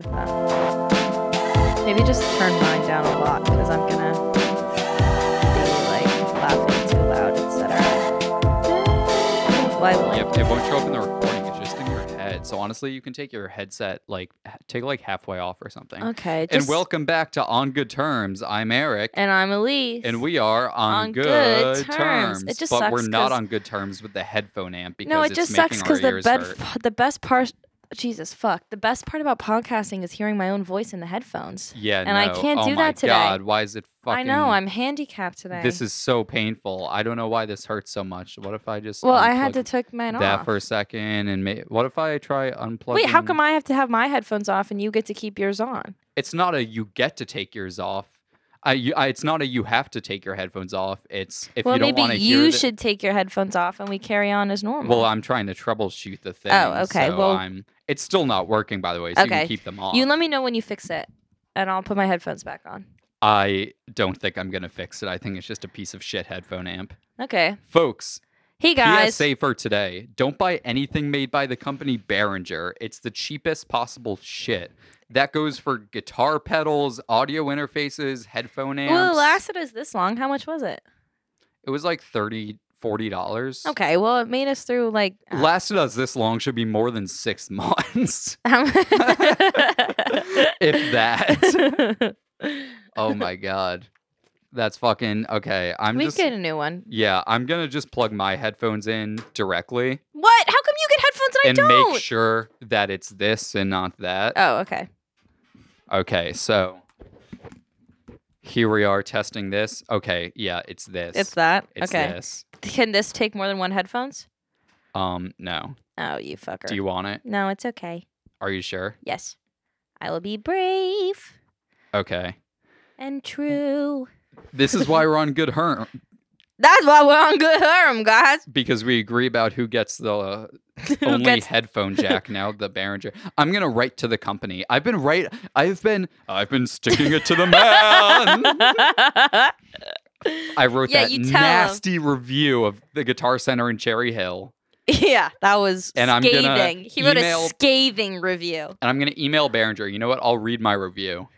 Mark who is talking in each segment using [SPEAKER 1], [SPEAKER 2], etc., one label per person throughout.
[SPEAKER 1] with that. Maybe just turn mine down a lot because I'm gonna be like laughing too loud, etc. Why will
[SPEAKER 2] Yep, it won't show up in the recording. It's just in your head. So honestly, you can take your headset, like h- take like halfway off or something.
[SPEAKER 1] Okay.
[SPEAKER 2] And
[SPEAKER 1] just-
[SPEAKER 2] welcome back to On Good Terms. I'm Eric,
[SPEAKER 1] And I'm Elise.
[SPEAKER 2] and we are on,
[SPEAKER 1] On good terms. It just
[SPEAKER 2] but we're
[SPEAKER 1] sucks
[SPEAKER 2] not
[SPEAKER 1] 'cause-
[SPEAKER 2] on good terms with the headphone amp because
[SPEAKER 1] no, it
[SPEAKER 2] it's
[SPEAKER 1] just
[SPEAKER 2] making
[SPEAKER 1] sucks
[SPEAKER 2] our
[SPEAKER 1] because the
[SPEAKER 2] ears
[SPEAKER 1] bed,
[SPEAKER 2] hurt.
[SPEAKER 1] the best part. Jesus fuck. The best part about podcasting is hearing my own voice in the headphones.
[SPEAKER 2] Yeah,
[SPEAKER 1] and I
[SPEAKER 2] no.
[SPEAKER 1] can't
[SPEAKER 2] oh
[SPEAKER 1] do
[SPEAKER 2] my
[SPEAKER 1] that today.
[SPEAKER 2] God, why is it fucking?
[SPEAKER 1] I know I'm handicapped today.
[SPEAKER 2] This is so painful. I don't know why this hurts so much. What if I just
[SPEAKER 1] well, I had to
[SPEAKER 2] unplug
[SPEAKER 1] took mine
[SPEAKER 2] that
[SPEAKER 1] off.
[SPEAKER 2] for a second and ma- what if I try unplugging?
[SPEAKER 1] Wait, how come I have to have my headphones off and you get to keep yours on?
[SPEAKER 2] it's not a you get to take yours off. I, you, I it's not a you have to take your headphones off. It's if
[SPEAKER 1] well,
[SPEAKER 2] you don't want
[SPEAKER 1] maybe
[SPEAKER 2] to
[SPEAKER 1] you
[SPEAKER 2] hear the-
[SPEAKER 1] should take your headphones off and we carry on as normal.
[SPEAKER 2] Well, I'm trying to troubleshoot the thing.
[SPEAKER 1] Oh, okay,
[SPEAKER 2] so
[SPEAKER 1] well-
[SPEAKER 2] I'm it's still not working by the way, so you
[SPEAKER 1] Okay,
[SPEAKER 2] can keep them off.
[SPEAKER 1] you let me know when you fix it, and I'll put my headphones back on.
[SPEAKER 2] I don't think I'm going to fix it. I think it's just a piece of shit headphone amp.
[SPEAKER 1] Okay.
[SPEAKER 2] Folks,
[SPEAKER 1] Hey guys.
[SPEAKER 2] PSA for today. Don't buy anything made by the company Behringer. It's the cheapest possible shit. That goes for guitar pedals, audio interfaces, headphone amps.
[SPEAKER 1] Well, it lasted us this long. How much was it?
[SPEAKER 2] it was like 30 dollars.
[SPEAKER 1] Okay. Well, it made us through like. uh,
[SPEAKER 2] Lasted us this long should be more than six months,
[SPEAKER 1] how mu-
[SPEAKER 2] if that. oh my god, that's fucking okay. I'm
[SPEAKER 1] we
[SPEAKER 2] just
[SPEAKER 1] get a new one.
[SPEAKER 2] yeah. I'm gonna just plug my headphones in directly
[SPEAKER 1] What? How come you get headphones and,
[SPEAKER 2] and
[SPEAKER 1] I don't?
[SPEAKER 2] make sure that it's this and not that.
[SPEAKER 1] oh, okay. Oh.
[SPEAKER 2] Okay, so here we are testing this. Okay, yeah, it's this.
[SPEAKER 1] It's that.
[SPEAKER 2] It's
[SPEAKER 1] okay.
[SPEAKER 2] this.
[SPEAKER 1] Can this take more than one headphones?
[SPEAKER 2] Um, no.
[SPEAKER 1] Oh, you fucker.
[SPEAKER 2] Do you want it?
[SPEAKER 1] no, it's okay.
[SPEAKER 2] Are you sure?
[SPEAKER 1] Yes. I will be brave
[SPEAKER 2] Okay.
[SPEAKER 1] and true.
[SPEAKER 2] This is why we're on good terms
[SPEAKER 1] That's why we're on good harm, guys.
[SPEAKER 2] because we agree about who gets the uh,
[SPEAKER 1] Who
[SPEAKER 2] only
[SPEAKER 1] gets-
[SPEAKER 2] headphone jack now. The Behringer. I'm gonna write to the company. I've been right. I've been. I've been sticking it to the man. I wrote
[SPEAKER 1] Yeah,
[SPEAKER 2] that
[SPEAKER 1] you tell 'em.
[SPEAKER 2] nasty review of the Guitar Center in Cherry Hill,
[SPEAKER 1] yeah, that was
[SPEAKER 2] And I'm
[SPEAKER 1] scathing.
[SPEAKER 2] gonna
[SPEAKER 1] he wrote
[SPEAKER 2] email-
[SPEAKER 1] a scathing review.
[SPEAKER 2] and I'm gonna email Behringer. You know what? I'll read my review.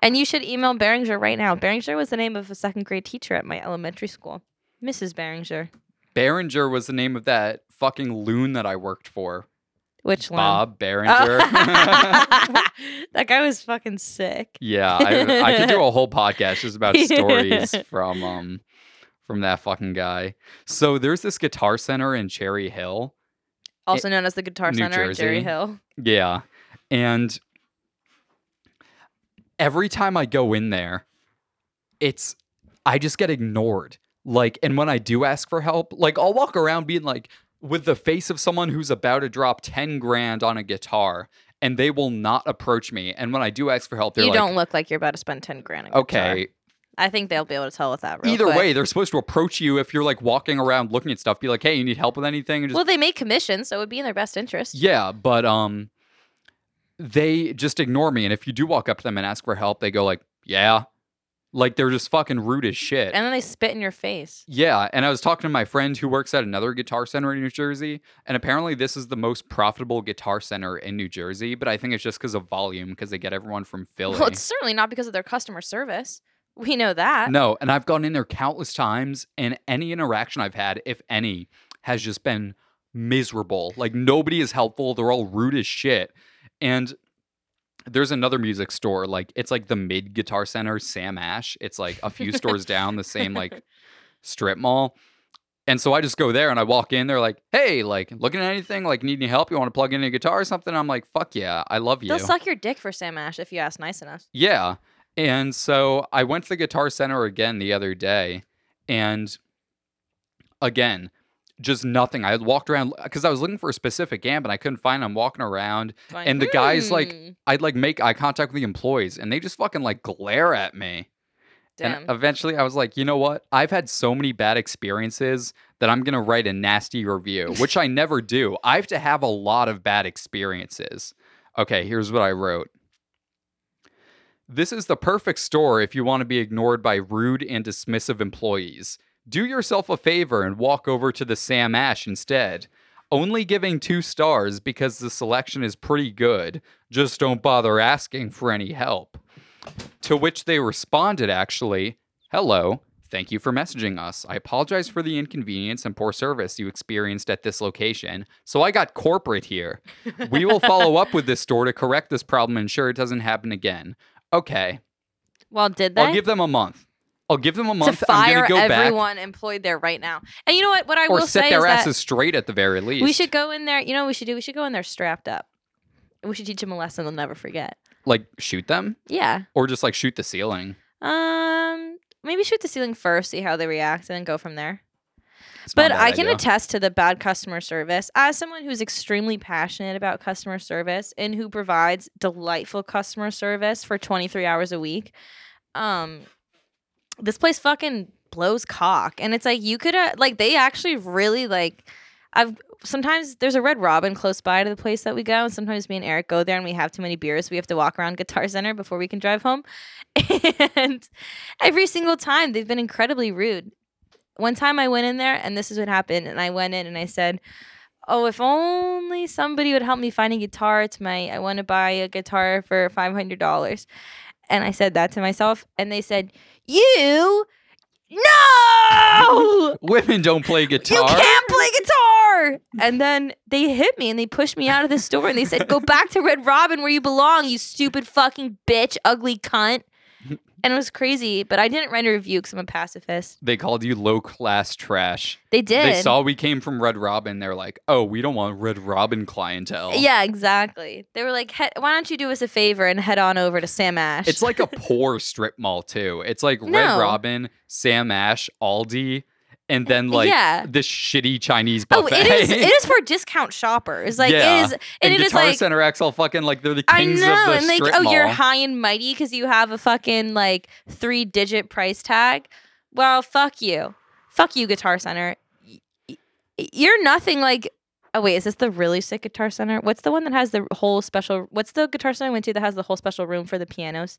[SPEAKER 1] And you should email Behringer right now. Behringer was the name of a second grade teacher at my elementary school. Mrs. Behringer.
[SPEAKER 2] Behringer was the name of that fucking loon that I worked for.
[SPEAKER 1] Which one?
[SPEAKER 2] Bob
[SPEAKER 1] Oh.
[SPEAKER 2] Behringer.
[SPEAKER 1] that guy was fucking sick.
[SPEAKER 2] yeah, I, I could do a whole podcast just about stories from um from that fucking guy. So there's this guitar center in Cherry Hill.
[SPEAKER 1] Also known as the Guitar
[SPEAKER 2] New
[SPEAKER 1] Center in Jerry
[SPEAKER 2] Jersey.
[SPEAKER 1] Hill.
[SPEAKER 2] Yeah. And every time I go in there, it's I just get ignored. Like, and when I do ask for help, like I'll walk around being like with the face of someone who's about to drop 10 grand on a guitar and they will not approach me. And when I do ask for help, they're
[SPEAKER 1] You
[SPEAKER 2] like,
[SPEAKER 1] don't look like you're about to spend ten grand. on guitar.
[SPEAKER 2] okay,
[SPEAKER 1] I think they'll be able to tell with that. Real
[SPEAKER 2] either
[SPEAKER 1] quick.
[SPEAKER 2] way, they're supposed to approach you if you're like walking around looking at stuff, be like, hey, you need help with anything? And just
[SPEAKER 1] well, they make commissions, so it would be in their best interest.
[SPEAKER 2] Yeah, but um they just ignore me and if you do walk up to them and ask for help, they go like, "Yeah." Like they're just fucking rude as shit.
[SPEAKER 1] And then they spit in your face.
[SPEAKER 2] yeah, and I was talking to my friend who works at another guitar center in New Jersey, and apparently this is the most profitable guitar center in New Jersey, but I think it's just cuz of volume cuz they get everyone from Philly.
[SPEAKER 1] Well, it's certainly not because of their customer service. We know that.
[SPEAKER 2] No, and I've gone in there countless times, and any interaction I've had, if any, has just been miserable. Like nobody is helpful. They're all rude as shit. And there's another music store, like it's like the mid guitar center, Sam Ash. It's like a few stores down, the same like strip mall. And so I just go there and I walk in. They're like, "Hey, like, looking at anything? Like, need any help? You want to plug in a guitar or something?" I'm like, "Fuck yeah, I love you."
[SPEAKER 1] They'll suck your dick for Sam Ash if you ask nice enough.
[SPEAKER 2] Yeah. And so I went to the Guitar Center again the other day. And again, just nothing. I walked around because I was looking for a specific amp and I couldn't find it. I'm walking around.
[SPEAKER 1] Going,
[SPEAKER 2] And the guy's like-
[SPEAKER 1] "Hmm,
[SPEAKER 2] I'd like make eye contact with the employees and they just fucking like glare at me.
[SPEAKER 1] damn.
[SPEAKER 2] And eventually I was like, you know what? I've had so many bad experiences that I'm going to write a nasty review, which I never do. I have to have a lot of bad experiences. Okay, here's what I wrote. This is the perfect store if you want to be ignored by rude and dismissive employees. Do yourself a favor and walk over to the Sam Ash instead. Only giving two stars because the selection is pretty good. Just don't bother asking for any help. To which they responded, actually, Hello, thank you for messaging us. I apologize for the inconvenience and poor service you experienced at this location. So I got corporate here. We will follow up with this store to correct this problem and ensure it doesn't happen again. Okay,
[SPEAKER 1] Well, did they?
[SPEAKER 2] I'll give them a month. I'll give them a month.
[SPEAKER 1] to
[SPEAKER 2] I'm
[SPEAKER 1] fire
[SPEAKER 2] gonna go back
[SPEAKER 1] everyone employed there right now. And you know what? What I
[SPEAKER 2] or
[SPEAKER 1] will
[SPEAKER 2] set
[SPEAKER 1] say
[SPEAKER 2] their
[SPEAKER 1] is that
[SPEAKER 2] asses straight at the very least.
[SPEAKER 1] we should go in there. You know, what we should do. We should go in there strapped up. We should teach them a lesson they'll never forget.
[SPEAKER 2] like shoot them
[SPEAKER 1] Yeah.
[SPEAKER 2] or just like shoot the ceiling.
[SPEAKER 1] Um. Maybe shoot the ceiling first, see how they react, and then go from there.
[SPEAKER 2] It's not
[SPEAKER 1] But
[SPEAKER 2] a bad
[SPEAKER 1] I can
[SPEAKER 2] idea.
[SPEAKER 1] attest to the bad customer service. As someone who's extremely passionate about customer service and who provides delightful customer service for 23 hours a week, um, this place fucking blows cock. And it's like, you could, uh, like, they actually really, like, I've sometimes there's a Red Robin close by to the place that we go. And sometimes me and Eric go there and we have too many beers. We have to walk around Guitar Center before we can drive home. And every single time they've been incredibly rude one time I went in there and this is what happened. And I went in and I said, Oh, if only somebody would help me find a guitar tonight. I want to buy a guitar for $500. And I said that to myself. And they said, You? No!
[SPEAKER 2] Women don't play
[SPEAKER 1] You
[SPEAKER 2] guitar.
[SPEAKER 1] can't play guitar. And then they hit me and they pushed me out of the store and they said, Go back to Red Robin where you belong, you stupid fucking bitch, ugly cunt. And it was crazy, but I didn't write a review because I'm a pacifist.
[SPEAKER 2] They called you low class trash.
[SPEAKER 1] They did.
[SPEAKER 2] They saw we came from Red Robin. They're like, oh, we don't want Red Robin clientele.
[SPEAKER 1] Yeah, exactly. They were like, "He- "Why don't you do us a favor and head on over to Sam Ash?"
[SPEAKER 2] It's like a poor strip mall too. It's like Red
[SPEAKER 1] No.
[SPEAKER 2] Robin, Sam Ash, Aldi, and then like
[SPEAKER 1] Yeah.
[SPEAKER 2] this shitty Chinese
[SPEAKER 1] oh,
[SPEAKER 2] buffet.
[SPEAKER 1] it is. It is for discount shoppers. Like
[SPEAKER 2] Yeah.
[SPEAKER 1] it is. And,
[SPEAKER 2] and
[SPEAKER 1] it is
[SPEAKER 2] Guitar
[SPEAKER 1] like
[SPEAKER 2] Center XL fucking like they're the
[SPEAKER 1] I
[SPEAKER 2] kings of
[SPEAKER 1] know,
[SPEAKER 2] the
[SPEAKER 1] and like,
[SPEAKER 2] strip
[SPEAKER 1] oh,
[SPEAKER 2] mall.
[SPEAKER 1] you're high and mighty because you have a fucking like three digit price tag. Well, fuck you, fuck you, Guitar Center. Y- y- You're nothing like. Oh wait, is this the really sick Guitar Center? What's the one that has the whole special? What's the Guitar Center I went to that has the whole special room for the pianos?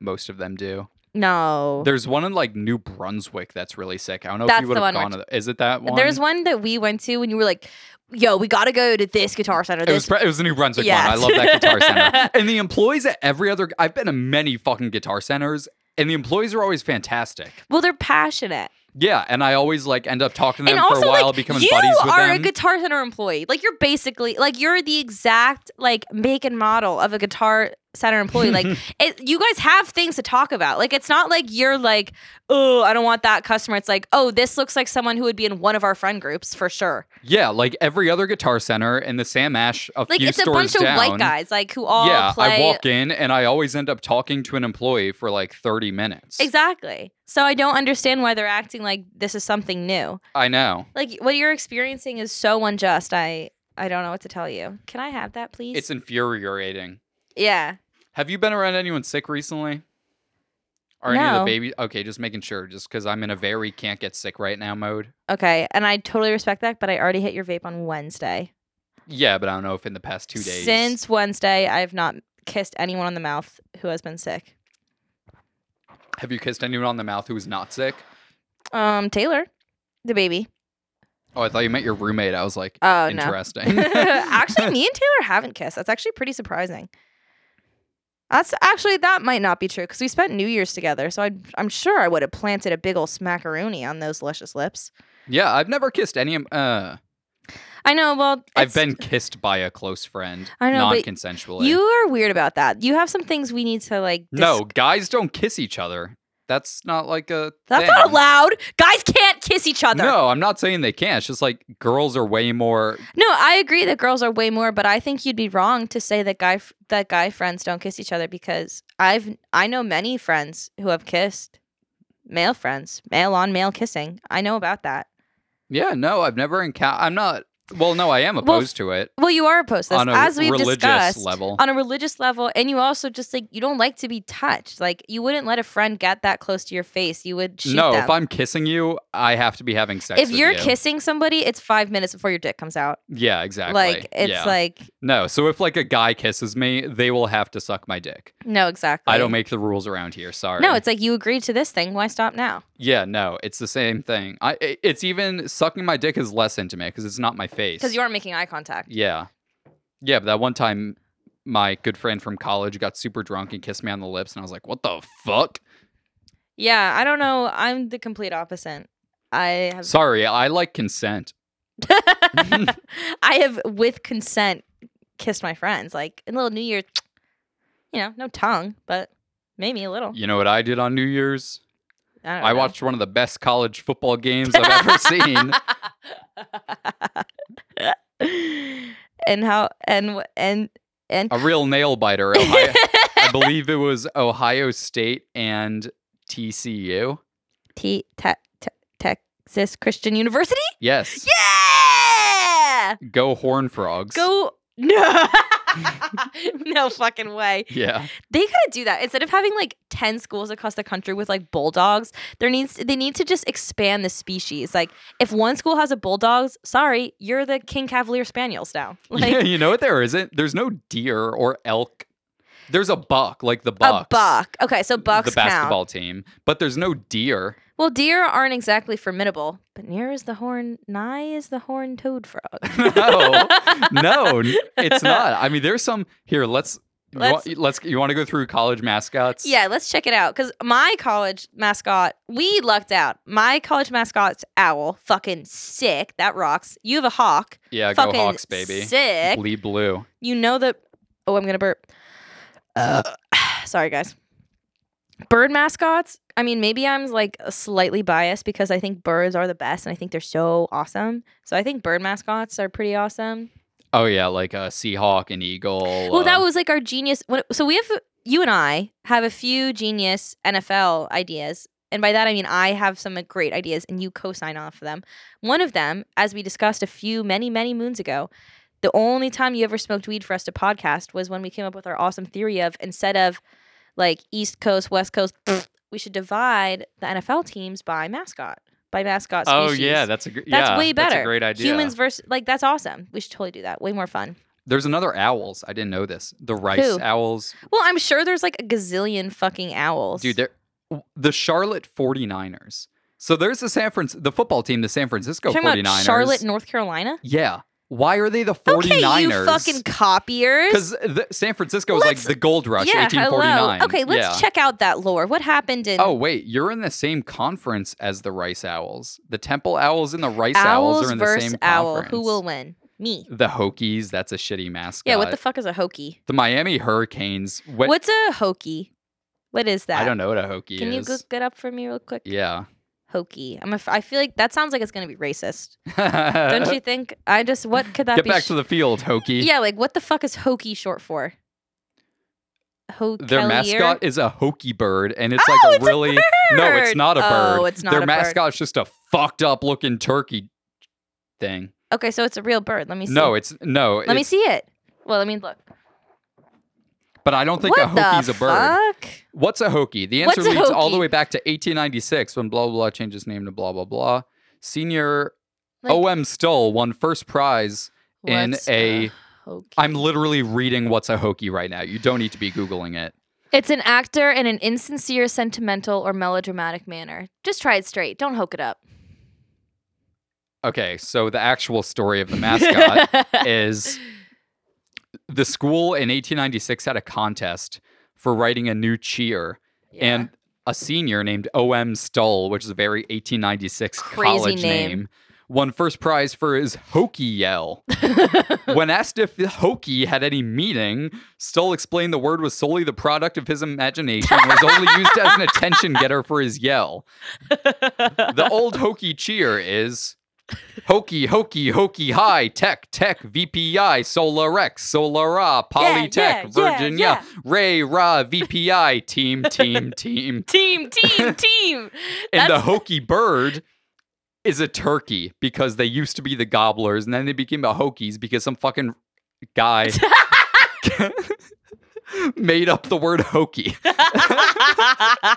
[SPEAKER 2] Most of them do.
[SPEAKER 1] No,
[SPEAKER 2] There's one in like New Brunswick that's really sick. I don't know if
[SPEAKER 1] That's
[SPEAKER 2] you
[SPEAKER 1] the
[SPEAKER 2] would
[SPEAKER 1] one
[SPEAKER 2] have gone to
[SPEAKER 1] we're-
[SPEAKER 2] the, Is it that one?
[SPEAKER 1] There's one that we went to when you were like, "Yo, we gotta go to this guitar center."
[SPEAKER 2] It
[SPEAKER 1] This
[SPEAKER 2] was, pre- it was the New Brunswick
[SPEAKER 1] Yes.
[SPEAKER 2] one. I love that guitar center. And the employees at every other, I've been to many fucking guitar centers, and the employees are always fantastic.
[SPEAKER 1] well, they're passionate,
[SPEAKER 2] Yeah, and I always like end up talking to them
[SPEAKER 1] and
[SPEAKER 2] for
[SPEAKER 1] also
[SPEAKER 2] a while,
[SPEAKER 1] like
[SPEAKER 2] becoming
[SPEAKER 1] you
[SPEAKER 2] buddies with
[SPEAKER 1] are
[SPEAKER 2] them.
[SPEAKER 1] a guitar center employee. Like you're basically like you're the exact like make and model of a guitar center employee. Like it, you guys have things to talk about. Like it's not like you're like, oh, I don't want that customer. It's like, oh, this looks like someone who would be in one of our friend groups for sure.
[SPEAKER 2] yeah, like every other guitar center and the Sam Ash a
[SPEAKER 1] Like
[SPEAKER 2] few
[SPEAKER 1] it's a
[SPEAKER 2] stores
[SPEAKER 1] bunch
[SPEAKER 2] down.
[SPEAKER 1] of white guys like who all
[SPEAKER 2] yeah,
[SPEAKER 1] play
[SPEAKER 2] I walk in and I always end up talking to an employee for like 30 minutes.
[SPEAKER 1] exactly. So I don't understand why they're acting like this is something new.
[SPEAKER 2] I know.
[SPEAKER 1] like what you're experiencing is so unjust i i don't know what to tell you can i have that please
[SPEAKER 2] It's infuriating.
[SPEAKER 1] yeah
[SPEAKER 2] Have you been around anyone sick recently? Or any of the
[SPEAKER 1] No.
[SPEAKER 2] baby? Okay, just making sure, just because I'm in a very can't get sick right now mode.
[SPEAKER 1] okay and i totally respect that but i already hit your vape on wednesday
[SPEAKER 2] Yeah, but I don't know if in the past two days.
[SPEAKER 1] since wednesday i've not kissed anyone on the mouth who has been sick
[SPEAKER 2] have you kissed anyone on the mouth who was not sick?
[SPEAKER 1] um taylor the baby
[SPEAKER 2] Oh, I thought you meant your roommate. I was like,
[SPEAKER 1] oh no
[SPEAKER 2] interesting.
[SPEAKER 1] actually me and taylor haven't kissed that's actually pretty surprising that's actually that might not be true because we spent new year's together so I, i'm sure i would have planted a big old smackaroni on those luscious lips
[SPEAKER 2] yeah, I've never kissed any. of- Uh,
[SPEAKER 1] i know well
[SPEAKER 2] I've
[SPEAKER 1] it's-
[SPEAKER 2] been kissed by a close friend,
[SPEAKER 1] I know, but
[SPEAKER 2] non-consensually.
[SPEAKER 1] You are weird about that. You have some things we need to like. dis-
[SPEAKER 2] no, guys don't kiss each other. That's not like a.
[SPEAKER 1] that's
[SPEAKER 2] thing.
[SPEAKER 1] not allowed. Guys can't kiss each other.
[SPEAKER 2] No, I'm not saying they can't. It's just like girls are way more.
[SPEAKER 1] No, I agree that girls are way more, but I think you'd be wrong to say that guy f- that guy friends don't kiss each other because I've I know many friends who have kissed male friends, male on male kissing. I know about that.
[SPEAKER 2] Yeah, no, I've never encountered. I'm not. Well, no, I am
[SPEAKER 1] Well,
[SPEAKER 2] opposed to it.
[SPEAKER 1] Well, you are opposed to this,
[SPEAKER 2] On a
[SPEAKER 1] as we've
[SPEAKER 2] religious
[SPEAKER 1] discussed,
[SPEAKER 2] level.
[SPEAKER 1] on a religious level, and you also just like you don't like to be touched. Like you wouldn't let a friend get that close to your face. You would shoot
[SPEAKER 2] No,
[SPEAKER 1] them.
[SPEAKER 2] if I'm kissing you, I have to be having sex.
[SPEAKER 1] if
[SPEAKER 2] with
[SPEAKER 1] you're
[SPEAKER 2] you.
[SPEAKER 1] kissing somebody, it's five minutes before your dick comes out.
[SPEAKER 2] yeah, exactly.
[SPEAKER 1] Like it's
[SPEAKER 2] Yeah.
[SPEAKER 1] like
[SPEAKER 2] no. So if like a guy kisses me, they will have to suck my dick.
[SPEAKER 1] no, exactly.
[SPEAKER 2] I don't make the rules around here. Sorry.
[SPEAKER 1] No, it's like you agreed to this thing. Why stop now?
[SPEAKER 2] yeah, no, it's the same thing. I i- it's even sucking my dick is less intimate because it's not my face.
[SPEAKER 1] because you aren't making eye contact.
[SPEAKER 2] Yeah. Yeah, but that one time my good friend from college got super drunk and kissed me on the lips and I was like, "What the fuck?"
[SPEAKER 1] Yeah, I don't know. I'm the complete opposite. I have
[SPEAKER 2] Sorry, I like consent.
[SPEAKER 1] I have with consent kissed my friends. Like a little New Year's, you know, no tongue, but maybe a little.
[SPEAKER 2] You know what I did on New Year's?
[SPEAKER 1] I, don't
[SPEAKER 2] I
[SPEAKER 1] know.
[SPEAKER 2] watched one of the best college football games I've ever seen.
[SPEAKER 1] and how and wh- and and
[SPEAKER 2] A real nail biter. Ohio- I believe it was Ohio State and TCU.
[SPEAKER 1] T, te, te, Texas Christian University.
[SPEAKER 2] Yes.
[SPEAKER 1] Yeah,
[SPEAKER 2] Go Horn Frogs.
[SPEAKER 1] go no, no fucking way.
[SPEAKER 2] Yeah.
[SPEAKER 1] They gotta do that instead of having like ten schools across the country with like bulldogs. There needs they need to just expand the species. Like if one school has a bulldogs, sorry, you're the King Cavalier Spaniels now. Like
[SPEAKER 2] yeah, you know what there isn't? There's no deer or elk. There's a buck, like
[SPEAKER 1] a
[SPEAKER 2] the bucks.
[SPEAKER 1] buck. Okay, so bucks
[SPEAKER 2] the
[SPEAKER 1] count.
[SPEAKER 2] basketball team, but there's no deer.
[SPEAKER 1] Well, deer aren't exactly formidable, but near is the horn, nigh is the horned toad frog.
[SPEAKER 2] No. no, n- it's not. I mean, there's some here. Let's you wa-
[SPEAKER 1] Let's-
[SPEAKER 2] let's you, want to go through college mascots?
[SPEAKER 1] Yeah, let's check it out. Cause my college mascot, we lucked out. My college mascot's owl, fucking sick. That rocks. You have a hawk,
[SPEAKER 2] yeah. Go
[SPEAKER 1] fucking
[SPEAKER 2] Hawks, baby.
[SPEAKER 1] sick.
[SPEAKER 2] Bleed blue.
[SPEAKER 1] You know that. Oh, I'm gonna burp. Sorry, guys. Bird mascots. I mean, maybe I'm like slightly biased because I think birds are the best, and I think they're so awesome. So I think bird mascots are pretty awesome.
[SPEAKER 2] Oh yeah, like a Seahawk, an eagle.
[SPEAKER 1] Well, that
[SPEAKER 2] uh,
[SPEAKER 1] was like our genius. when- So we have you and I have a few genius NFL ideas, and by that I mean I have some great ideas, and you co-sign off of them. One of them, as we discussed a few many many moons ago, the only time you ever smoked weed for us to podcast was when we came up with our awesome theory of instead of like East Coast West Coast, we should divide the NFL teams by mascot by mascot.
[SPEAKER 2] Oh
[SPEAKER 1] Species.
[SPEAKER 2] yeah, that's a gr-
[SPEAKER 1] That's
[SPEAKER 2] yeah,
[SPEAKER 1] way better.
[SPEAKER 2] That's a great idea.
[SPEAKER 1] Humans versus like that's awesome. We should totally do that. Way more fun.
[SPEAKER 2] There's another owls. I didn't know this. The rice
[SPEAKER 1] Who?
[SPEAKER 2] owls.
[SPEAKER 1] Well, I'm sure there's like a gazillion fucking owls.
[SPEAKER 2] Dude, they're the Charlotte 49ers. So there's the San Fran the football team, the San Francisco
[SPEAKER 1] You're talking
[SPEAKER 2] 49ers.
[SPEAKER 1] about Charlotte, North Carolina.
[SPEAKER 2] Yeah. Why are they the 49ers?
[SPEAKER 1] Okay, you fucking copiers.
[SPEAKER 2] Because San Francisco is like
[SPEAKER 1] Let's-
[SPEAKER 2] the gold rush,
[SPEAKER 1] yeah,
[SPEAKER 2] 1849.
[SPEAKER 1] hello. Okay, let's
[SPEAKER 2] Yeah.
[SPEAKER 1] check out that lore. What happened in
[SPEAKER 2] Oh wait, you're in the same conference as the Rice Owls. The Temple Owls and the Rice Owls,
[SPEAKER 1] owls
[SPEAKER 2] are in the
[SPEAKER 1] versus
[SPEAKER 2] same
[SPEAKER 1] owl?
[SPEAKER 2] conference.
[SPEAKER 1] Who will win? Me.
[SPEAKER 2] The Hokies. That's a shitty mascot.
[SPEAKER 1] Yeah. What the fuck is a hokey?
[SPEAKER 2] the Miami Hurricanes. What?
[SPEAKER 1] What's a hokey? What is that?
[SPEAKER 2] I don't know what a Hokie
[SPEAKER 1] Can you
[SPEAKER 2] is.
[SPEAKER 1] look it up for me real quick?
[SPEAKER 2] yeah.
[SPEAKER 1] Hokey. I'm. A, f- I feel like that sounds like it's gonna be racist. Don't you think? I just. What could that
[SPEAKER 2] Uh, Get
[SPEAKER 1] be?
[SPEAKER 2] back
[SPEAKER 1] sh-
[SPEAKER 2] to the E. field, Hokie.
[SPEAKER 1] yeah. Like what the fuck is hokey short for? Hokelier?
[SPEAKER 2] Their mascot is a Hokie bird, and it's like
[SPEAKER 1] Oh,
[SPEAKER 2] a
[SPEAKER 1] it's a
[SPEAKER 2] really no, it's
[SPEAKER 1] bird!
[SPEAKER 2] not a bird.
[SPEAKER 1] Oh, it's not
[SPEAKER 2] Their
[SPEAKER 1] a bird.
[SPEAKER 2] mascot's just a fucked up looking turkey thing.
[SPEAKER 1] Okay, so it's a real bird. Let me see.
[SPEAKER 2] No, it's no.
[SPEAKER 1] Let me
[SPEAKER 2] it's-
[SPEAKER 1] see it. Well, I mean, look.
[SPEAKER 2] But I don't think a
[SPEAKER 1] What the
[SPEAKER 2] Hokie's a bird.
[SPEAKER 1] Fuck?
[SPEAKER 2] What's a Hokie? The answer
[SPEAKER 1] What's a
[SPEAKER 2] leads all the
[SPEAKER 1] Hokie?
[SPEAKER 2] way back to 1896 when blah blah blah changed his name to blah blah blah. Senior
[SPEAKER 1] Like,
[SPEAKER 2] O.M. Stoll won first prize. Oh, in
[SPEAKER 1] what's
[SPEAKER 2] a-
[SPEAKER 1] hokey?
[SPEAKER 2] I'm literally reading what's a Hokie right now. You don't need to be googling it.
[SPEAKER 1] It's an actor in an insincere, sentimental, or melodramatic manner. Just try it straight. Don't hoke it up.
[SPEAKER 2] Okay, so the actual story of the mascot is the school in 1896 had a contest for writing a new cheer
[SPEAKER 1] Yeah.
[SPEAKER 2] and a senior named om stull which is a very 1896
[SPEAKER 1] Crazy
[SPEAKER 2] college
[SPEAKER 1] name.
[SPEAKER 2] name. won first prize for his hokey yell when asked if the hokey had any meaning stull explained the word was solely the product of his imagination and was only used as an attention getter for his yell the old hokey cheer is Hokey, hokey, hokey, high, tech, tech, VPI, Solarex, Solara, Polytech,
[SPEAKER 1] yeah, yeah,
[SPEAKER 2] Virginia,
[SPEAKER 1] yeah.
[SPEAKER 2] Ray, Ra, VPI, team, team, team.
[SPEAKER 1] team, team, team.
[SPEAKER 2] And
[SPEAKER 1] That's-
[SPEAKER 2] the hokey bird is a turkey because they used to be the gobblers and then they became the hokies because some fucking guy made up the word hokey.
[SPEAKER 1] well, I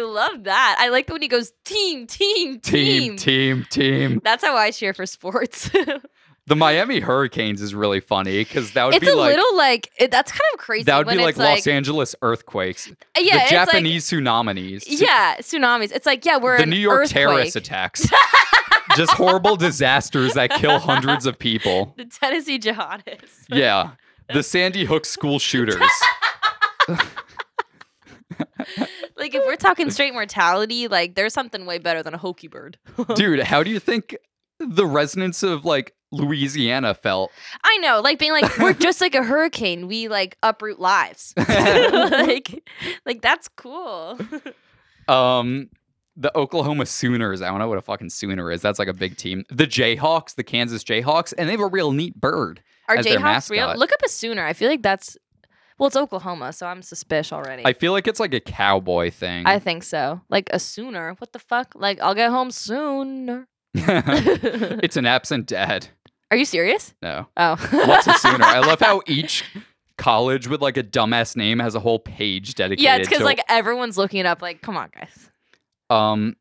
[SPEAKER 1] love that. I like when he goes team, team,
[SPEAKER 2] Team,
[SPEAKER 1] team.
[SPEAKER 2] team, team.
[SPEAKER 1] That's how I cheer for sports.
[SPEAKER 2] The Miami Hurricanes is really funny because that would
[SPEAKER 1] it's
[SPEAKER 2] be
[SPEAKER 1] a
[SPEAKER 2] like
[SPEAKER 1] little like it, that's kind of crazy.
[SPEAKER 2] that would be
[SPEAKER 1] when
[SPEAKER 2] like
[SPEAKER 1] it's
[SPEAKER 2] Los Angeles earthquakes.
[SPEAKER 1] Yeah,
[SPEAKER 2] the
[SPEAKER 1] it's
[SPEAKER 2] Japanese tsunamis.
[SPEAKER 1] Like, yeah, tsunamis. It's like yeah, we're
[SPEAKER 2] the
[SPEAKER 1] an
[SPEAKER 2] New York terrorist
[SPEAKER 1] earthquake.
[SPEAKER 2] attacks. just horrible disasters that kill hundreds of people.
[SPEAKER 1] The Tennessee jihadists.
[SPEAKER 2] Yeah. The Sandy Hook school shooters.
[SPEAKER 1] like if we're talking straight mortality, like there's something way better than a hokey bird.
[SPEAKER 2] Dude, how do you think the residents of like Louisiana felt?
[SPEAKER 1] I know, like being like we're just like a hurricane. We like uproot lives. like, like that's cool.
[SPEAKER 2] Um, the Oklahoma Sooners. I don't know what a fucking Sooner is. That's like a big team. The Jayhawks, the Kansas Jayhawks, and they have a real neat bird.
[SPEAKER 1] Are
[SPEAKER 2] As their
[SPEAKER 1] Jayhawks real?
[SPEAKER 2] mascot.
[SPEAKER 1] Look up a sooner. I feel like that's well, it's Oklahoma, so I'm suspicious already.
[SPEAKER 2] I feel like it's like a cowboy thing.
[SPEAKER 1] I think so. Like a sooner. What the fuck? Like I'll get home soon.
[SPEAKER 2] it's an absent dad.
[SPEAKER 1] Are you serious?
[SPEAKER 2] No.
[SPEAKER 1] Oh.
[SPEAKER 2] What's a Sooner? I love how each college with like a dumbass name has a whole page dedicated
[SPEAKER 1] Yeah, it's because
[SPEAKER 2] to
[SPEAKER 1] like everyone's looking it up. Like, come on, guys.
[SPEAKER 2] Um,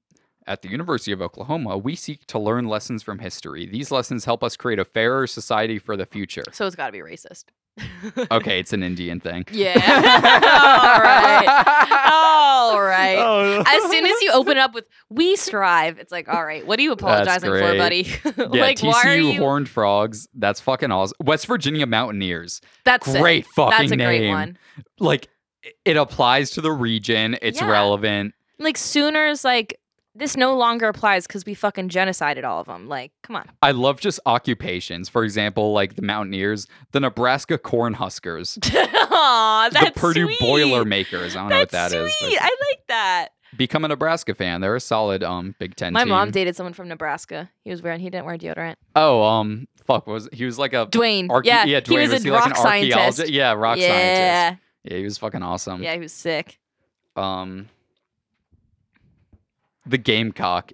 [SPEAKER 2] at the University of Oklahoma, we seek to learn lessons from history. These lessons help us create a fairer society for the future.
[SPEAKER 1] So it's got to be racist.
[SPEAKER 2] Okay, it's an Indian thing.
[SPEAKER 1] Yeah. All right. All right.
[SPEAKER 2] Oh.
[SPEAKER 1] As soon as you open up with "we strive," it's like, all right, what are you apologizing for,
[SPEAKER 2] great.
[SPEAKER 1] buddy?
[SPEAKER 2] yeah,
[SPEAKER 1] like,
[SPEAKER 2] TCU
[SPEAKER 1] why are you?
[SPEAKER 2] Horned Frogs. That's fucking awesome. West Virginia Mountaineers.
[SPEAKER 1] That's it.
[SPEAKER 2] great fucking
[SPEAKER 1] That's a
[SPEAKER 2] name.
[SPEAKER 1] great one.
[SPEAKER 2] Like i- it applies to the region. It's
[SPEAKER 1] Yeah.
[SPEAKER 2] relevant.
[SPEAKER 1] Like Sooners, like this no longer applies because we fucking genocided all of them. Like, come on.
[SPEAKER 2] I love just occupations. For example, like the Mountaineers, the Nebraska Cornhuskers,
[SPEAKER 1] Aw,
[SPEAKER 2] the
[SPEAKER 1] that's
[SPEAKER 2] Purdue
[SPEAKER 1] sweet.
[SPEAKER 2] Boilermakers. I don't know what
[SPEAKER 1] That's
[SPEAKER 2] that is. but
[SPEAKER 1] sweet. I like that.
[SPEAKER 2] Become a Nebraska fan. They're a solid um Big Ten.
[SPEAKER 1] My
[SPEAKER 2] team.
[SPEAKER 1] mom dated someone from Nebraska. He was wearing. He didn't wear deodorant.
[SPEAKER 2] Oh, um, fuck, what was he was like a
[SPEAKER 1] Dwayne.
[SPEAKER 2] arche-
[SPEAKER 1] yeah,
[SPEAKER 2] yeah, Dwayne,
[SPEAKER 1] he was, a
[SPEAKER 2] he
[SPEAKER 1] rock
[SPEAKER 2] like an
[SPEAKER 1] scientist.
[SPEAKER 2] archaeologist? Yeah, rock
[SPEAKER 1] yeah.
[SPEAKER 2] scientist. Yeah, he was fucking awesome.
[SPEAKER 1] Yeah, he was sick.
[SPEAKER 2] Um, the Gamecock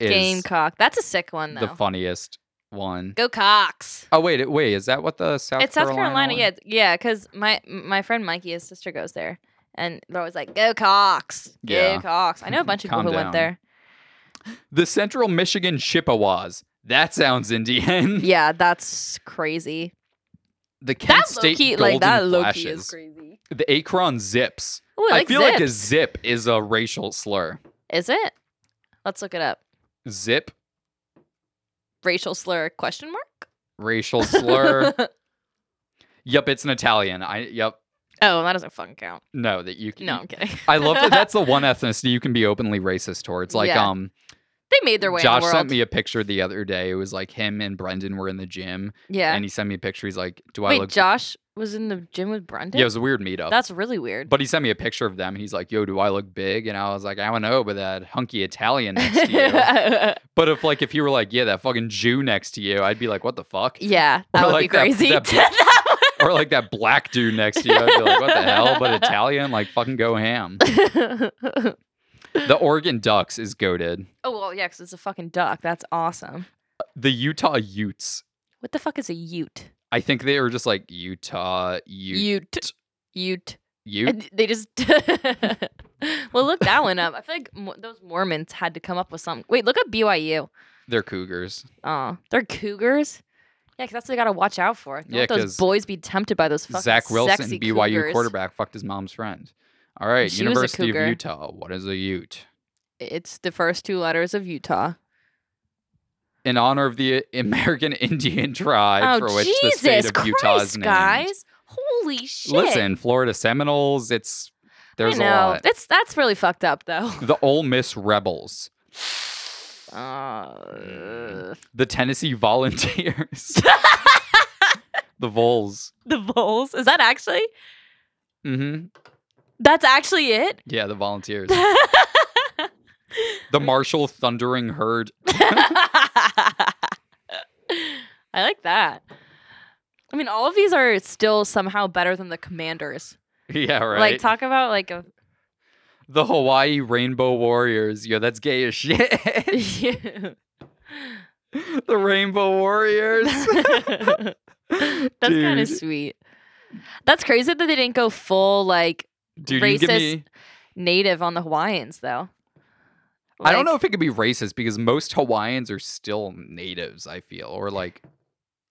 [SPEAKER 2] is
[SPEAKER 1] Gamecock. That's a sick one though.
[SPEAKER 2] the funniest one.
[SPEAKER 1] Go Cox.
[SPEAKER 2] Oh wait, wait, is that what the South?
[SPEAKER 1] it's South Carolina,
[SPEAKER 2] one-
[SPEAKER 1] yeah, it's- yeah. Because my my friend Mikey, his sister goes there, and they're always like, "Go Cox, go
[SPEAKER 2] Yeah.
[SPEAKER 1] Cox." I know a bunch of people
[SPEAKER 2] Calm
[SPEAKER 1] who
[SPEAKER 2] down.
[SPEAKER 1] went there.
[SPEAKER 2] The Central Michigan Chippewas. That sounds Indian.
[SPEAKER 1] Yeah, that's crazy.
[SPEAKER 2] The Kent
[SPEAKER 1] That low
[SPEAKER 2] State
[SPEAKER 1] key,
[SPEAKER 2] Golden
[SPEAKER 1] like that low
[SPEAKER 2] Flashes.
[SPEAKER 1] key is crazy.
[SPEAKER 2] The Akron Zips.
[SPEAKER 1] Oh,
[SPEAKER 2] I feel like a zip is a racial slur.
[SPEAKER 1] is it? Let's look it up.
[SPEAKER 2] Zip
[SPEAKER 1] Racial slur? Question mark.
[SPEAKER 2] racial slur. Yep, it's an Italian. I yep.
[SPEAKER 1] oh, that doesn't fucking count.
[SPEAKER 2] No, that you can.
[SPEAKER 1] No, I'm kidding.
[SPEAKER 2] I love that. That's the one ethnicity you can be openly racist towards. Like,
[SPEAKER 1] Yeah.
[SPEAKER 2] um,
[SPEAKER 1] they made their way.
[SPEAKER 2] Josh
[SPEAKER 1] in the world.
[SPEAKER 2] sent me a picture the other day. It was like him and Brendan were in the gym,
[SPEAKER 1] Yeah.
[SPEAKER 2] and he sent me a picture. He's like, "Do I
[SPEAKER 1] Wait,
[SPEAKER 2] look?"
[SPEAKER 1] Josh was in the gym with Brendan.
[SPEAKER 2] yeah, it was a weird meetup.
[SPEAKER 1] that's really weird.
[SPEAKER 2] but he sent me a picture of them, and he's like, "Yo, do I look big?" And I was like, "I don't know," but that hunky Italian next to you. but if like if you were like, "Yeah, that fucking Jew next to you," I'd be like, "What the fuck?"
[SPEAKER 1] Yeah, that
[SPEAKER 2] Or
[SPEAKER 1] would
[SPEAKER 2] like
[SPEAKER 1] be
[SPEAKER 2] that-
[SPEAKER 1] crazy.
[SPEAKER 2] that Or like that black dude next to you, I'd be like, "What the hell?" But Italian, like, fucking go ham. The Oregon Ducks is goaded.
[SPEAKER 1] oh well, yeah, 'cause it's a fucking duck. That's awesome.
[SPEAKER 2] The Utah Utes.
[SPEAKER 1] What the fuck is a ute?
[SPEAKER 2] I think they were just like Utah Ute.
[SPEAKER 1] Ute. Ute.
[SPEAKER 2] Ute?
[SPEAKER 1] And They just. well, look that one up. I feel like mo- those Mormons had to come up with something. Wait, look up BYU.
[SPEAKER 2] They're cougars.
[SPEAKER 1] Oh, they're cougers. Yeah, 'cause that's what they gotta watch out for. Don't
[SPEAKER 2] Yeah,
[SPEAKER 1] let those
[SPEAKER 2] 'cause
[SPEAKER 1] boys be tempted by those fucking
[SPEAKER 2] Zach Wilson,
[SPEAKER 1] sexy
[SPEAKER 2] BYU
[SPEAKER 1] cougars.
[SPEAKER 2] quarterback, fucked his mom's friend. All right,
[SPEAKER 1] She was a
[SPEAKER 2] University of
[SPEAKER 1] cougar.
[SPEAKER 2] Utah. What is a Ute?
[SPEAKER 1] It's the first two letters of Utah.
[SPEAKER 2] In honor of the American Indian tribe for which the state of Utah is named.
[SPEAKER 1] Oh, guys! Holy shit!
[SPEAKER 2] Listen, Florida Seminoles, it's there's
[SPEAKER 1] I
[SPEAKER 2] a
[SPEAKER 1] know.
[SPEAKER 2] lot.
[SPEAKER 1] That's that's really fucked up though.
[SPEAKER 2] The Ole Miss Rebels,
[SPEAKER 1] Uh,
[SPEAKER 2] the Tennessee Volunteers, the Vols.
[SPEAKER 1] the Vols? Is that actually?
[SPEAKER 2] hmm
[SPEAKER 1] That's actually it?
[SPEAKER 2] Yeah, the Volunteers. The Marshall Thundering Herd.
[SPEAKER 1] I like that. I mean, all of these are still somehow better than the Commanders.
[SPEAKER 2] Yeah, right.
[SPEAKER 1] Like, talk about like a.
[SPEAKER 2] the Hawaii Rainbow Warriors. Yo, that's gay as shit. the Rainbow Warriors.
[SPEAKER 1] That's kind
[SPEAKER 2] Dude.
[SPEAKER 1] of sweet. That's crazy that they didn't go full like
[SPEAKER 2] Dude, you can give
[SPEAKER 1] Racist.
[SPEAKER 2] me.
[SPEAKER 1] native on the Hawaiians though.
[SPEAKER 2] I don't
[SPEAKER 1] Like-
[SPEAKER 2] know if it could be racist because most Hawaiians are still natives. I feel, or like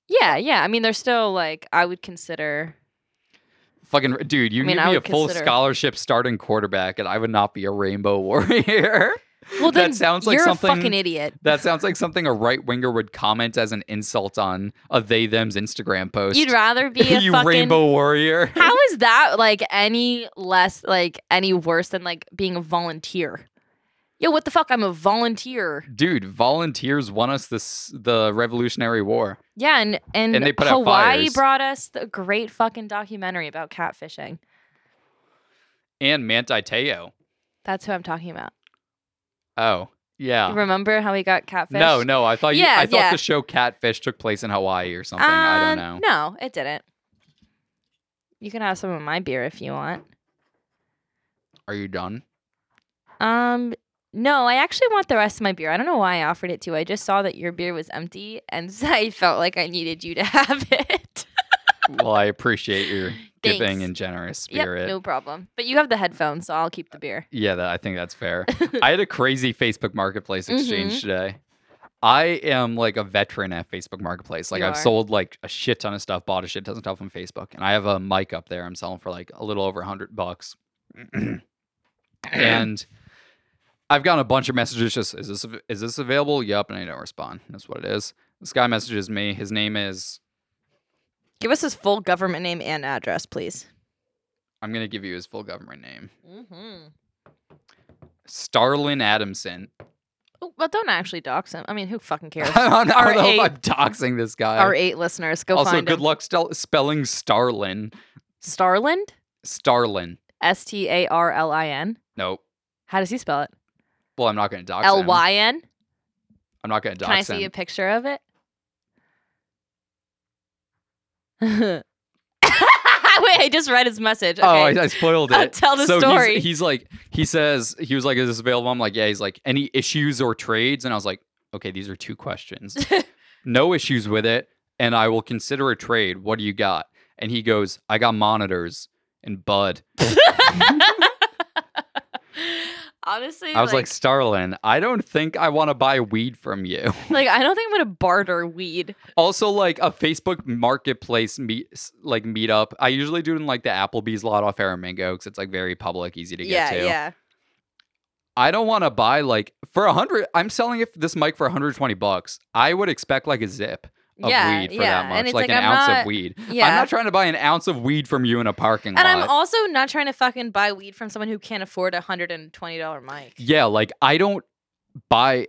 [SPEAKER 1] Yeah, yeah. I mean, they're still like I would consider.
[SPEAKER 2] fucking dude. You
[SPEAKER 1] I mean,
[SPEAKER 2] give
[SPEAKER 1] I
[SPEAKER 2] me a
[SPEAKER 1] would
[SPEAKER 2] full
[SPEAKER 1] consider-
[SPEAKER 2] scholarship starting quarterback, and I would not be a Rainbow Warrior.
[SPEAKER 1] Well,
[SPEAKER 2] That
[SPEAKER 1] then
[SPEAKER 2] sounds like
[SPEAKER 1] you're
[SPEAKER 2] something-
[SPEAKER 1] a fucking idiot.
[SPEAKER 2] That sounds like something a right winger would comment as an insult on a they them's Instagram post.
[SPEAKER 1] You'd rather be a
[SPEAKER 2] you
[SPEAKER 1] fucking
[SPEAKER 2] rainbow warrior.
[SPEAKER 1] How is that like any less like any worse than like being a volunteer? Yo, what the fuck? I'm a volunteer.
[SPEAKER 2] Dude, volunteers won us this the Revolutionary War.
[SPEAKER 1] Yeah, and and,
[SPEAKER 2] And they put out
[SPEAKER 1] Hawaii
[SPEAKER 2] fires.
[SPEAKER 1] brought us the great fucking documentary about catfishing.
[SPEAKER 2] And Manti Te'o.
[SPEAKER 1] That's who I'm talking about.
[SPEAKER 2] Oh, yeah.
[SPEAKER 1] Remember how we got catfish?
[SPEAKER 2] No, no, I thought you,
[SPEAKER 1] Yeah,
[SPEAKER 2] I thought
[SPEAKER 1] yeah. Um,
[SPEAKER 2] the show Catfish took place in Hawaii or something. I don't know.
[SPEAKER 1] No, it didn't. You can have some of my beer if you want.
[SPEAKER 2] Are you done?
[SPEAKER 1] Um, no, I actually want the rest of my beer. I don't know why I offered it to. you. I just saw that your beer was empty, and so I felt like I needed you to have it.
[SPEAKER 2] well, I appreciate your giving
[SPEAKER 1] Thanks.
[SPEAKER 2] and generous
[SPEAKER 1] yep,
[SPEAKER 2] spirit.
[SPEAKER 1] no problem. But you have the headphones, so I'll keep the beer.
[SPEAKER 2] Yeah, that, I think that's fair. I had a crazy Facebook Marketplace exchange
[SPEAKER 1] Mm-hmm.
[SPEAKER 2] today. I am like a veteran at Facebook Marketplace. Like
[SPEAKER 1] You
[SPEAKER 2] I've
[SPEAKER 1] are.
[SPEAKER 2] sold like a shit ton of stuff, bought a shit ton of stuff on Facebook, and I have a mic up there. I'm selling for like a little over hundred bucks, and I've gotten a bunch of messages. Just is this av- is this available? Yep, and I don't respond. That's what it is. This guy messages me. His name is.
[SPEAKER 1] Give us his full government name and address, please.
[SPEAKER 2] I'm gonna give you his full government name.
[SPEAKER 1] Mm-hmm.
[SPEAKER 2] Starlin Adamson.
[SPEAKER 1] Oh, Well, don't actually dox him. I mean, who fucking cares?
[SPEAKER 2] I don't, I don't know if
[SPEAKER 1] R8.
[SPEAKER 2] I'm doxing this guy.
[SPEAKER 1] Our eight listeners, go
[SPEAKER 2] also,
[SPEAKER 1] find
[SPEAKER 2] good
[SPEAKER 1] him.
[SPEAKER 2] luck stel- spelling Starlin.
[SPEAKER 1] Starland,
[SPEAKER 2] Starlin.
[SPEAKER 1] S T A R L I N.
[SPEAKER 2] Nope.
[SPEAKER 1] How does he spell it?
[SPEAKER 2] Well, I'm not going to dox
[SPEAKER 1] L
[SPEAKER 2] him.
[SPEAKER 1] Y N.
[SPEAKER 2] I'm not going to dox
[SPEAKER 1] Can I see
[SPEAKER 2] him.
[SPEAKER 1] a picture of it? Wait, I just read his message. Okay.
[SPEAKER 2] Oh, I, I spoiled
[SPEAKER 1] Uh,
[SPEAKER 2] it.
[SPEAKER 1] tell the
[SPEAKER 2] so he's-
[SPEAKER 1] story.
[SPEAKER 2] He's, like, he says, he was like, is this available? I'm like, yeah. He's like, any issues or trades? And I was like, okay, these are two questions. no issues with it. And I will consider a trade. What do you got? And he goes, I got monitors and Bud.
[SPEAKER 1] Honestly,
[SPEAKER 2] I was like, Starlin, I don't think I want to buy weed from you.
[SPEAKER 1] like, I don't think I'm gonna barter weed.
[SPEAKER 2] Also, like a Facebook Marketplace meet, like meetup. I usually do it in like the Applebee's lot off Aramingo because it's like very public, easy to
[SPEAKER 1] Yeah,
[SPEAKER 2] get to.
[SPEAKER 1] yeah.
[SPEAKER 2] I don't want to buy like for a hundred. I'm selling if this mic for 120 bucks. I would expect like a zip of
[SPEAKER 1] yeah,
[SPEAKER 2] weed for
[SPEAKER 1] yeah.
[SPEAKER 2] that much,
[SPEAKER 1] And it's
[SPEAKER 2] like,
[SPEAKER 1] like,
[SPEAKER 2] an
[SPEAKER 1] I'm
[SPEAKER 2] ounce
[SPEAKER 1] not,
[SPEAKER 2] of weed.
[SPEAKER 1] Yeah.
[SPEAKER 2] I'm not trying to buy an ounce of weed from you in a parking
[SPEAKER 1] and
[SPEAKER 2] lot.
[SPEAKER 1] I'm also not trying to fucking buy weed from someone who can't afford a hundred and twenty dollar mic.
[SPEAKER 2] yeah, like I don't buy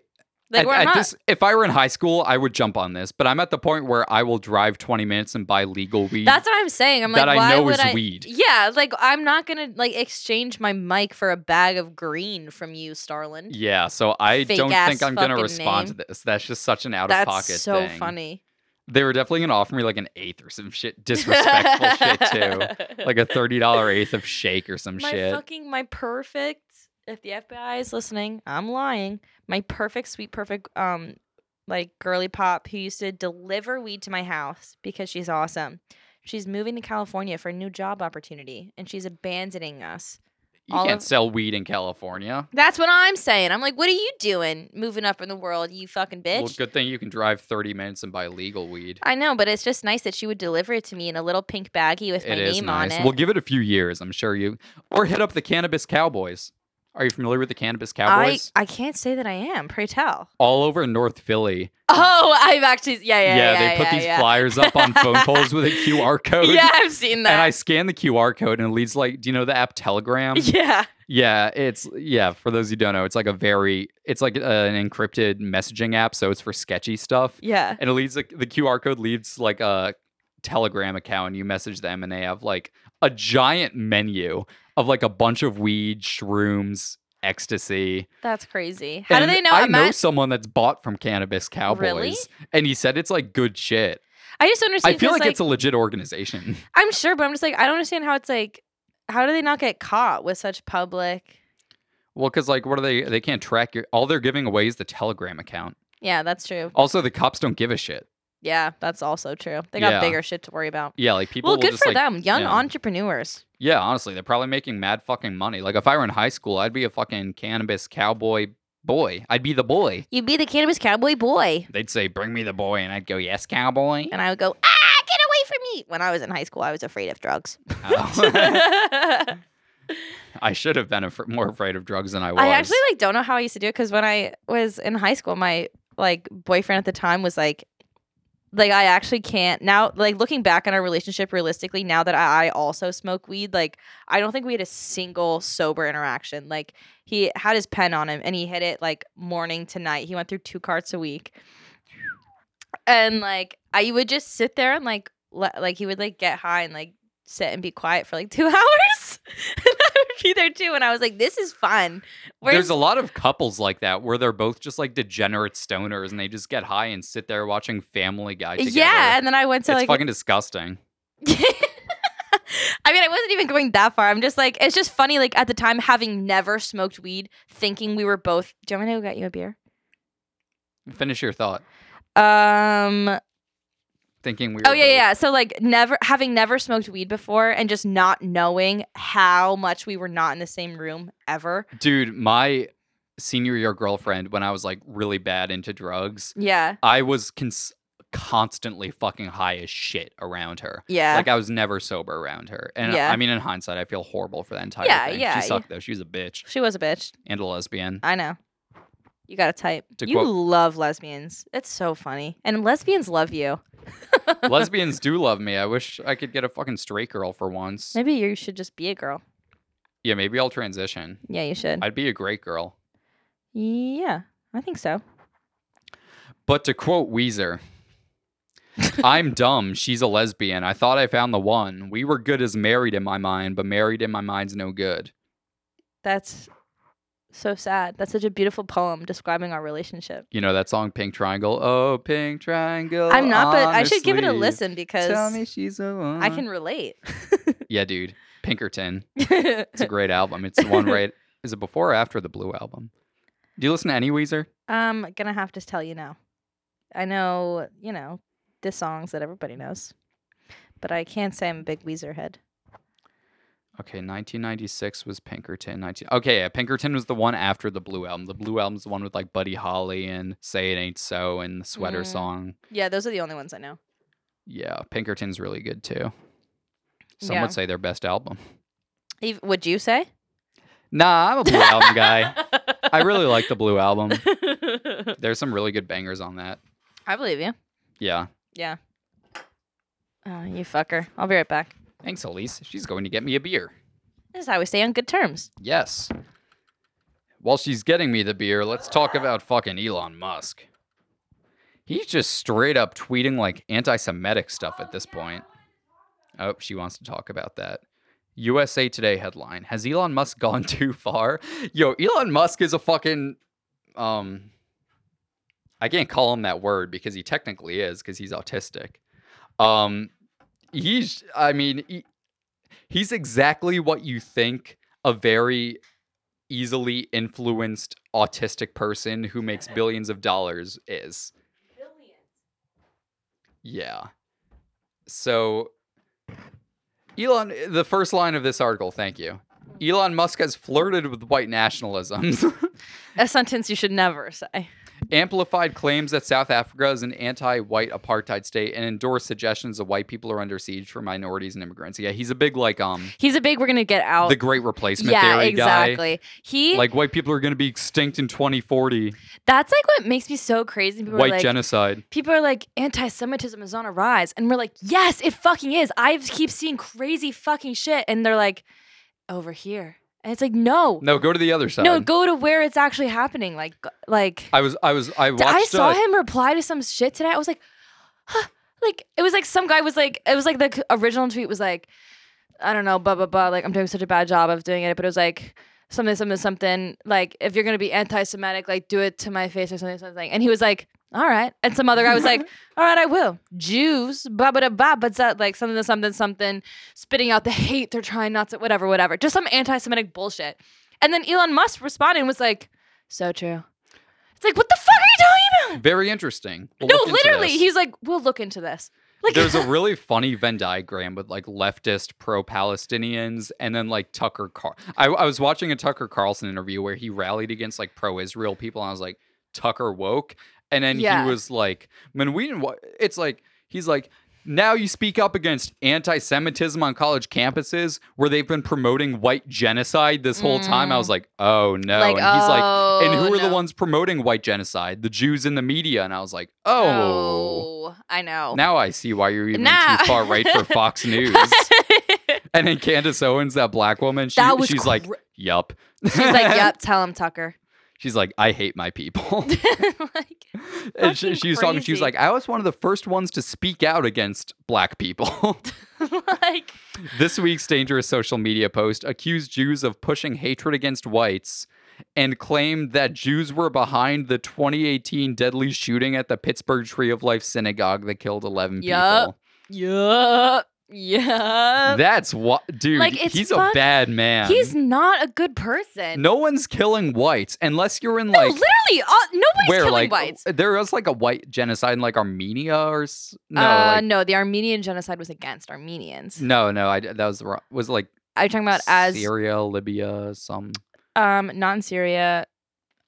[SPEAKER 1] Like
[SPEAKER 2] at,
[SPEAKER 1] we're
[SPEAKER 2] at
[SPEAKER 1] not.
[SPEAKER 2] this. If I were in high school, I would jump on this, but I'm at the point where I will drive 20 minutes and buy legal weed
[SPEAKER 1] that's what I'm saying. I'm
[SPEAKER 2] that
[SPEAKER 1] like,
[SPEAKER 2] I
[SPEAKER 1] why
[SPEAKER 2] know
[SPEAKER 1] would
[SPEAKER 2] is
[SPEAKER 1] I?
[SPEAKER 2] weed.
[SPEAKER 1] Yeah, like I'm not gonna like exchange my mic for a bag of green from you, Starlin.
[SPEAKER 2] Yeah, so I
[SPEAKER 1] Fake
[SPEAKER 2] don't think
[SPEAKER 1] ass
[SPEAKER 2] I'm gonna
[SPEAKER 1] fucking
[SPEAKER 2] respond
[SPEAKER 1] name.
[SPEAKER 2] to this. That's just such an out
[SPEAKER 1] That's
[SPEAKER 2] of pocket
[SPEAKER 1] so
[SPEAKER 2] thing.
[SPEAKER 1] funny.
[SPEAKER 2] They were definitely gonna offer me like an eighth or some shit, disrespectful shit too, like a thirty dollar eighth of shake or some
[SPEAKER 1] my
[SPEAKER 2] shit.
[SPEAKER 1] fucking my perfect. If the FBI is listening, I'm lying. My perfect, sweet, perfect, um, like girly pop who used to deliver weed to my house because she's awesome. She's moving to California for a new job opportunity, and she's abandoning us.
[SPEAKER 2] you
[SPEAKER 1] all
[SPEAKER 2] can't
[SPEAKER 1] of-
[SPEAKER 2] sell weed in California.
[SPEAKER 1] That's what I'm saying. I'm like, what are you doing, moving up in the world, you fucking bitch?
[SPEAKER 2] Well, good thing you can drive thirty minutes and buy legal weed.
[SPEAKER 1] I know, but it's just nice that she would deliver it to me in a little pink baggie with my
[SPEAKER 2] it is
[SPEAKER 1] name
[SPEAKER 2] nice.
[SPEAKER 1] on it.
[SPEAKER 2] We'll give it a few years, I'm sure you. Or hit up the Cannabis Cowboys. Are you familiar with the Cannabis
[SPEAKER 1] I,
[SPEAKER 2] Cowboys?
[SPEAKER 1] I can't say that I am. Pray tell.
[SPEAKER 2] All over North Philly.
[SPEAKER 1] Oh, I've actually yeah yeah yeah.
[SPEAKER 2] they put
[SPEAKER 1] yeah,
[SPEAKER 2] these
[SPEAKER 1] yeah.
[SPEAKER 2] flyers up on phone poles with a QR code.
[SPEAKER 1] Yeah, I've seen that.
[SPEAKER 2] And I scan the QR code and it leads like, do you know the app Telegram?
[SPEAKER 1] yeah,
[SPEAKER 2] yeah, it's yeah. For those who don't know, it's like a very, it's like uh, an encrypted messaging app, so it's for sketchy stuff.
[SPEAKER 1] yeah.
[SPEAKER 2] And it leads like the QR code leads like a Telegram account, and you message them, and they have like a giant menu of like a bunch of weed, shrooms, ecstasy.
[SPEAKER 1] That's crazy. How
[SPEAKER 2] And
[SPEAKER 1] do they know?
[SPEAKER 2] I
[SPEAKER 1] I'm
[SPEAKER 2] know
[SPEAKER 1] not-
[SPEAKER 2] someone that's bought from Cannabis Cowboys,
[SPEAKER 1] Really?
[SPEAKER 2] and he said it's like good shit.
[SPEAKER 1] I just don't understand.
[SPEAKER 2] I feel
[SPEAKER 1] 'cause,
[SPEAKER 2] like,
[SPEAKER 1] like
[SPEAKER 2] it's a legit organization.
[SPEAKER 1] I'm sure, but I'm just like I don't understand how it's like. How do they not get caught with such public?
[SPEAKER 2] Well, because like, what are they? They can't track your. All they're giving away is the Telegram account.
[SPEAKER 1] Yeah, that's true.
[SPEAKER 2] Also, the cops don't give a shit.
[SPEAKER 1] Yeah, that's also true. They got
[SPEAKER 2] Yeah.
[SPEAKER 1] bigger shit to worry about.
[SPEAKER 2] Yeah, like people.
[SPEAKER 1] well,
[SPEAKER 2] will
[SPEAKER 1] good
[SPEAKER 2] just,
[SPEAKER 1] for
[SPEAKER 2] like,
[SPEAKER 1] them, young
[SPEAKER 2] yeah.
[SPEAKER 1] entrepreneurs.
[SPEAKER 2] Yeah, honestly, they're probably making mad fucking money. Like if I were in high school, I'd be a fucking cannabis cowboy boy. I'd be the boy.
[SPEAKER 1] You'd be the cannabis cowboy boy,
[SPEAKER 2] They'd say, "Bring me the boy," and I'd go, "Yes, cowboy."
[SPEAKER 1] and I would go, ah, get away from me. When I was in high school, I was afraid of drugs.
[SPEAKER 2] Oh. I should have been af- more afraid of drugs than I was.
[SPEAKER 1] I actually like don't know how I used to do it because when I was in high school, my like boyfriend at the time was like, like I actually can't now. Like looking back on our relationship, realistically, now that I, I also smoke weed, like I don't think we had a single sober interaction. Like he had his pen on him and he hit it like morning to night. He went through two carts a week, and like I would just sit there and like le- like he would like get high and like sit and be quiet for like two hours. and I would be there too. And I was like, this is fun.
[SPEAKER 2] There's a lot of couples like that where they're both just like degenerate stoners and they just get high and sit there watching Family Guy together.
[SPEAKER 1] yeah. And then I went
[SPEAKER 2] It's
[SPEAKER 1] to like,
[SPEAKER 2] fucking disgusting.
[SPEAKER 1] I mean, I wasn't even going that far. I'm just like, it's just funny. Like at the time, having never smoked weed, thinking we were both. Do you want me to go get you a beer?
[SPEAKER 2] Finish your thought.
[SPEAKER 1] Um.
[SPEAKER 2] Thinking we were
[SPEAKER 1] Oh yeah,
[SPEAKER 2] both-
[SPEAKER 1] yeah. So like never having never smoked weed before, and just not knowing how much we were not in the same room ever.
[SPEAKER 2] Dude, my senior year girlfriend, when I was like really bad into drugs,
[SPEAKER 1] Yeah.
[SPEAKER 2] I was cons- constantly fucking high as shit around her.
[SPEAKER 1] Yeah.
[SPEAKER 2] Like I was never sober around her. And
[SPEAKER 1] Yeah.
[SPEAKER 2] I mean, in hindsight, I feel horrible for that entire
[SPEAKER 1] Yeah,
[SPEAKER 2] thing.
[SPEAKER 1] yeah, yeah.
[SPEAKER 2] she sucked though. She was a bitch
[SPEAKER 1] she was a bitch.
[SPEAKER 2] and a lesbian.
[SPEAKER 1] I know. You got a type.
[SPEAKER 2] To
[SPEAKER 1] you
[SPEAKER 2] quote-
[SPEAKER 1] love lesbians. It's so funny. And lesbians love you.
[SPEAKER 2] Lesbians do love me. I wish I could get a fucking straight girl for once.
[SPEAKER 1] Maybe you should just be a girl.
[SPEAKER 2] Yeah, maybe I'll transition.
[SPEAKER 1] Yeah, you should.
[SPEAKER 2] I'd be a great girl.
[SPEAKER 1] yeah, I think so.
[SPEAKER 2] But to quote Weezer, I'm dumb. She's a lesbian. I thought I found the one. We were good as married in my mind, but married in my mind's no good.
[SPEAKER 1] That's so sad. That's such a beautiful poem describing our relationship.
[SPEAKER 2] You know that song Pink Triangle? Oh, Pink Triangle.
[SPEAKER 1] I'm not, but I should give it a
[SPEAKER 2] honestly.
[SPEAKER 1] listen
[SPEAKER 2] Tell me
[SPEAKER 1] because
[SPEAKER 2] she's the one.
[SPEAKER 1] I can relate.
[SPEAKER 2] Yeah, dude. Pinkerton. It's a great album. It's the one right. Is it before or after the Blue album? Do you listen to any Weezer?
[SPEAKER 1] I'm gonna have to tell you now. I know, you know, the songs that everybody knows, but I can't say I'm a big Weezer head.
[SPEAKER 2] Okay, 1996 was Pinkerton. 19. Okay, yeah, Pinkerton was the one after the Blue album. The Blue album's the one with like Buddy Holly and "Say It Ain't So" and the Sweater
[SPEAKER 1] Mm.
[SPEAKER 2] song.
[SPEAKER 1] Yeah, those are the only ones I know.
[SPEAKER 2] Yeah, Pinkerton's really good too. Some
[SPEAKER 1] Yeah.
[SPEAKER 2] would say their best album.
[SPEAKER 1] Ev- Would you say?
[SPEAKER 2] Nah, I'm a Blue album guy. I really like the Blue album.
[SPEAKER 1] I
[SPEAKER 2] There's some really good bangers on that.
[SPEAKER 1] believe you.
[SPEAKER 2] Yeah.
[SPEAKER 1] Yeah. Oh, you fucker. I'll be right back.
[SPEAKER 2] Thanks, Elise. She's going to get me a beer.
[SPEAKER 1] This is how we stay on good terms.
[SPEAKER 2] Yes. While she's getting me the beer, let's talk about fucking Elon Musk. He's just straight up tweeting like anti Semitic stuff at this point. Oh, she wants to talk about that. USA Today headline Has Elon Musk gone too far? Yo, Elon Musk is a fucking. Um, I can't call him that word because he technically is because he's autistic. Um, he's, I mean, he- he's exactly what you think a very easily influenced autistic person who makes billions of dollars is. Yeah. So Elon the first line of this article, thank you.
[SPEAKER 1] Hmm.
[SPEAKER 2] Elon Musk has flirted with white nationalisms.
[SPEAKER 1] A sentence you should never say.
[SPEAKER 2] amplified claims that South Africa is an anti-white apartheid state and endorsed suggestions that white people are under siege for minorities and immigrants. Yeah, he's a big like um
[SPEAKER 1] He's a big we're gonna get out.
[SPEAKER 2] the great replacement
[SPEAKER 1] Oh, yeah,
[SPEAKER 2] theory guy.
[SPEAKER 1] exactly. He
[SPEAKER 2] like white people are going to be extinct in 2040
[SPEAKER 1] that's like what makes me so crazy. People
[SPEAKER 2] white
[SPEAKER 1] are like
[SPEAKER 2] genocide
[SPEAKER 1] people are like anti-Semitism is on a rise. And we're like, yes, it fucking is. I keep seeing crazy fucking shit. And they're like, over here. And it's like, no.
[SPEAKER 2] no go to the other side
[SPEAKER 1] No, go to where it's actually happening. Like g- like
[SPEAKER 2] i was i was i watched
[SPEAKER 1] I saw
[SPEAKER 2] uh,
[SPEAKER 1] him reply to some shit today. I was like, huh, like it was like some guy was like, it was like the c- original tweet was like, I don't know, blah blah blah. Like I'm doing such a bad job of doing it, but it was like something something something. Like if you're gonna be anti-Semitic, like do it to my face or something something. And he was like, all right. And some other guy was like, all right, I will. Jews, blah blah blah, but that like something something something, spitting out the hate they're trying not to whatever whatever. Just some anti-Semitic bullshit. And then Elon Musk responded and was like, so true. It's like, what the fuck are you talking about?
[SPEAKER 2] very interesting We'll
[SPEAKER 1] No,
[SPEAKER 2] look into
[SPEAKER 1] literally,
[SPEAKER 2] this.
[SPEAKER 1] he's like, we'll look into this. Like,
[SPEAKER 2] there's a really funny venn diagram with like leftist pro-palestinians and then like tucker car I, I was watching a tucker carlson interview where he rallied against like pro-israel people and i was like tucker woke and then
[SPEAKER 1] Yeah.
[SPEAKER 2] he was like when we didn't wa- it's like he's like Now you speak up against anti Semitism on college campuses where they've been promoting white genocide this whole time. I was like, oh no.
[SPEAKER 1] Mm. Like,
[SPEAKER 2] and he's like,
[SPEAKER 1] oh,
[SPEAKER 2] and who are the
[SPEAKER 1] no.
[SPEAKER 2] ones promoting white genocide? The Jews in the media. And I was like, oh.
[SPEAKER 1] Oh, I know.
[SPEAKER 2] Now I see why you're even
[SPEAKER 1] Nah.
[SPEAKER 2] too far right for Fox News. and then Candace Owens, that black woman, she,
[SPEAKER 1] That was
[SPEAKER 2] she's like,
[SPEAKER 1] cra-
[SPEAKER 2] yup.
[SPEAKER 1] She's like, yep, tell him Tucker.
[SPEAKER 2] She's like, I hate my people.
[SPEAKER 1] like,
[SPEAKER 2] and she,
[SPEAKER 1] Fucking
[SPEAKER 2] she was talking, she was
[SPEAKER 1] crazy.
[SPEAKER 2] like, I was one of the first ones to speak out against black people.
[SPEAKER 1] like,
[SPEAKER 2] this week's dangerous social media post accused Jews of pushing hatred against whites and claimed that Jews were behind the 2018 deadly shooting at the Pittsburgh Tree of Life synagogue that killed 11
[SPEAKER 1] Yup.
[SPEAKER 2] people.
[SPEAKER 1] yup, yup.
[SPEAKER 2] That's what, dude,
[SPEAKER 1] Like, it's
[SPEAKER 2] he's a
[SPEAKER 1] fuck-
[SPEAKER 2] bad man.
[SPEAKER 1] He's not a good person.
[SPEAKER 2] no one's killing whites unless you're in
[SPEAKER 1] No,
[SPEAKER 2] like
[SPEAKER 1] literally, uh, nobody's
[SPEAKER 2] where
[SPEAKER 1] killing
[SPEAKER 2] like
[SPEAKER 1] whites.
[SPEAKER 2] there was like a white genocide in like Armenia or s- no
[SPEAKER 1] uh,
[SPEAKER 2] like,
[SPEAKER 1] no, the Armenian genocide was against Armenians.
[SPEAKER 2] no no I that was the wrong, was it, like
[SPEAKER 1] Are you talking about as
[SPEAKER 2] Syria Libya some
[SPEAKER 1] um not in Syria?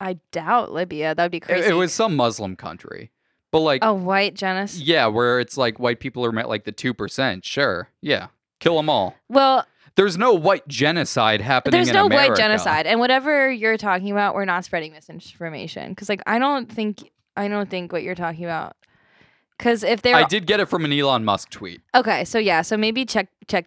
[SPEAKER 1] I doubt Libya. That would be
[SPEAKER 2] it,
[SPEAKER 1] crazy. Oh,
[SPEAKER 2] it was some Muslim country but like
[SPEAKER 1] a white genocide.
[SPEAKER 2] yeah where it's like white people are met like the two percent sure yeah kill them all
[SPEAKER 1] Well,
[SPEAKER 2] there's no white genocide happening
[SPEAKER 1] there's
[SPEAKER 2] in
[SPEAKER 1] no
[SPEAKER 2] America.
[SPEAKER 1] white genocide, and whatever you're talking about, we're not spreading misinformation because like I don't think I don't think what you're talking about. Because if they're
[SPEAKER 2] I did get it from an Elon Musk tweet
[SPEAKER 1] Okay, so yeah, so maybe check check.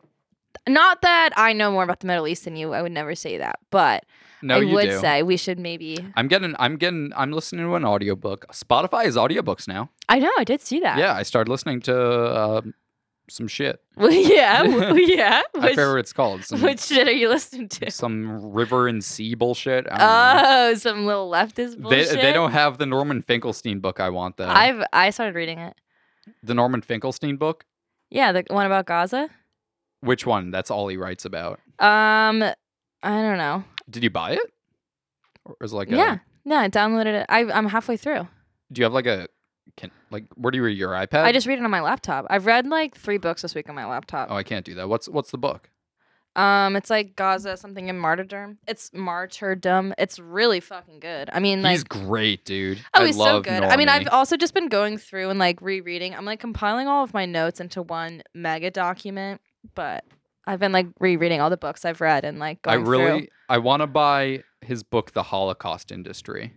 [SPEAKER 1] Not that I know more about the Middle East than you. I would never say that, but
[SPEAKER 2] no
[SPEAKER 1] I
[SPEAKER 2] you
[SPEAKER 1] would
[SPEAKER 2] do
[SPEAKER 1] say we should maybe.
[SPEAKER 2] I'm getting I'm getting I'm listening to an audiobook Spotify is audiobooks now
[SPEAKER 1] I know I did see that.
[SPEAKER 2] yeah I started listening to uh, some shit
[SPEAKER 1] Well, yeah, w- yeah.
[SPEAKER 2] I
[SPEAKER 1] Which,
[SPEAKER 2] forget what it's called. Some,
[SPEAKER 1] which shit are you listening to?
[SPEAKER 2] some river and sea bullshit. I don't know.
[SPEAKER 1] Oh, some little leftist
[SPEAKER 2] they,
[SPEAKER 1] bullshit.
[SPEAKER 2] they don't uh, have the Norman Finkelstein book I want though.
[SPEAKER 1] I've I started reading it.
[SPEAKER 2] the Norman Finkelstein book.
[SPEAKER 1] Yeah, the one about Gaza.
[SPEAKER 2] Which one? That's all he writes about.
[SPEAKER 1] Um, I don't know.
[SPEAKER 2] Did you buy it? Or is it like
[SPEAKER 1] Yeah,
[SPEAKER 2] a?
[SPEAKER 1] no, I downloaded it. I, I'm halfway through.
[SPEAKER 2] Do you have like a? Can like where do you read your iPad?
[SPEAKER 1] I just read it on my laptop. I've read like three books this week on my laptop.
[SPEAKER 2] Oh, I can't do that. What's what's the book?
[SPEAKER 1] Um, it's like Gaza, something in martyrdom. It's martyrdom. It's really fucking good. I mean, like,
[SPEAKER 2] he's great, dude.
[SPEAKER 1] oh,
[SPEAKER 2] I
[SPEAKER 1] he's so
[SPEAKER 2] love
[SPEAKER 1] good. I mean, I've
[SPEAKER 2] Normie.
[SPEAKER 1] also just been going through and like rereading. I'm like compiling all of my notes into one mega document, but I've been like rereading all the books I've read and like
[SPEAKER 2] I
[SPEAKER 1] going
[SPEAKER 2] really
[SPEAKER 1] through.
[SPEAKER 2] I want to buy his book, The Holocaust Industry.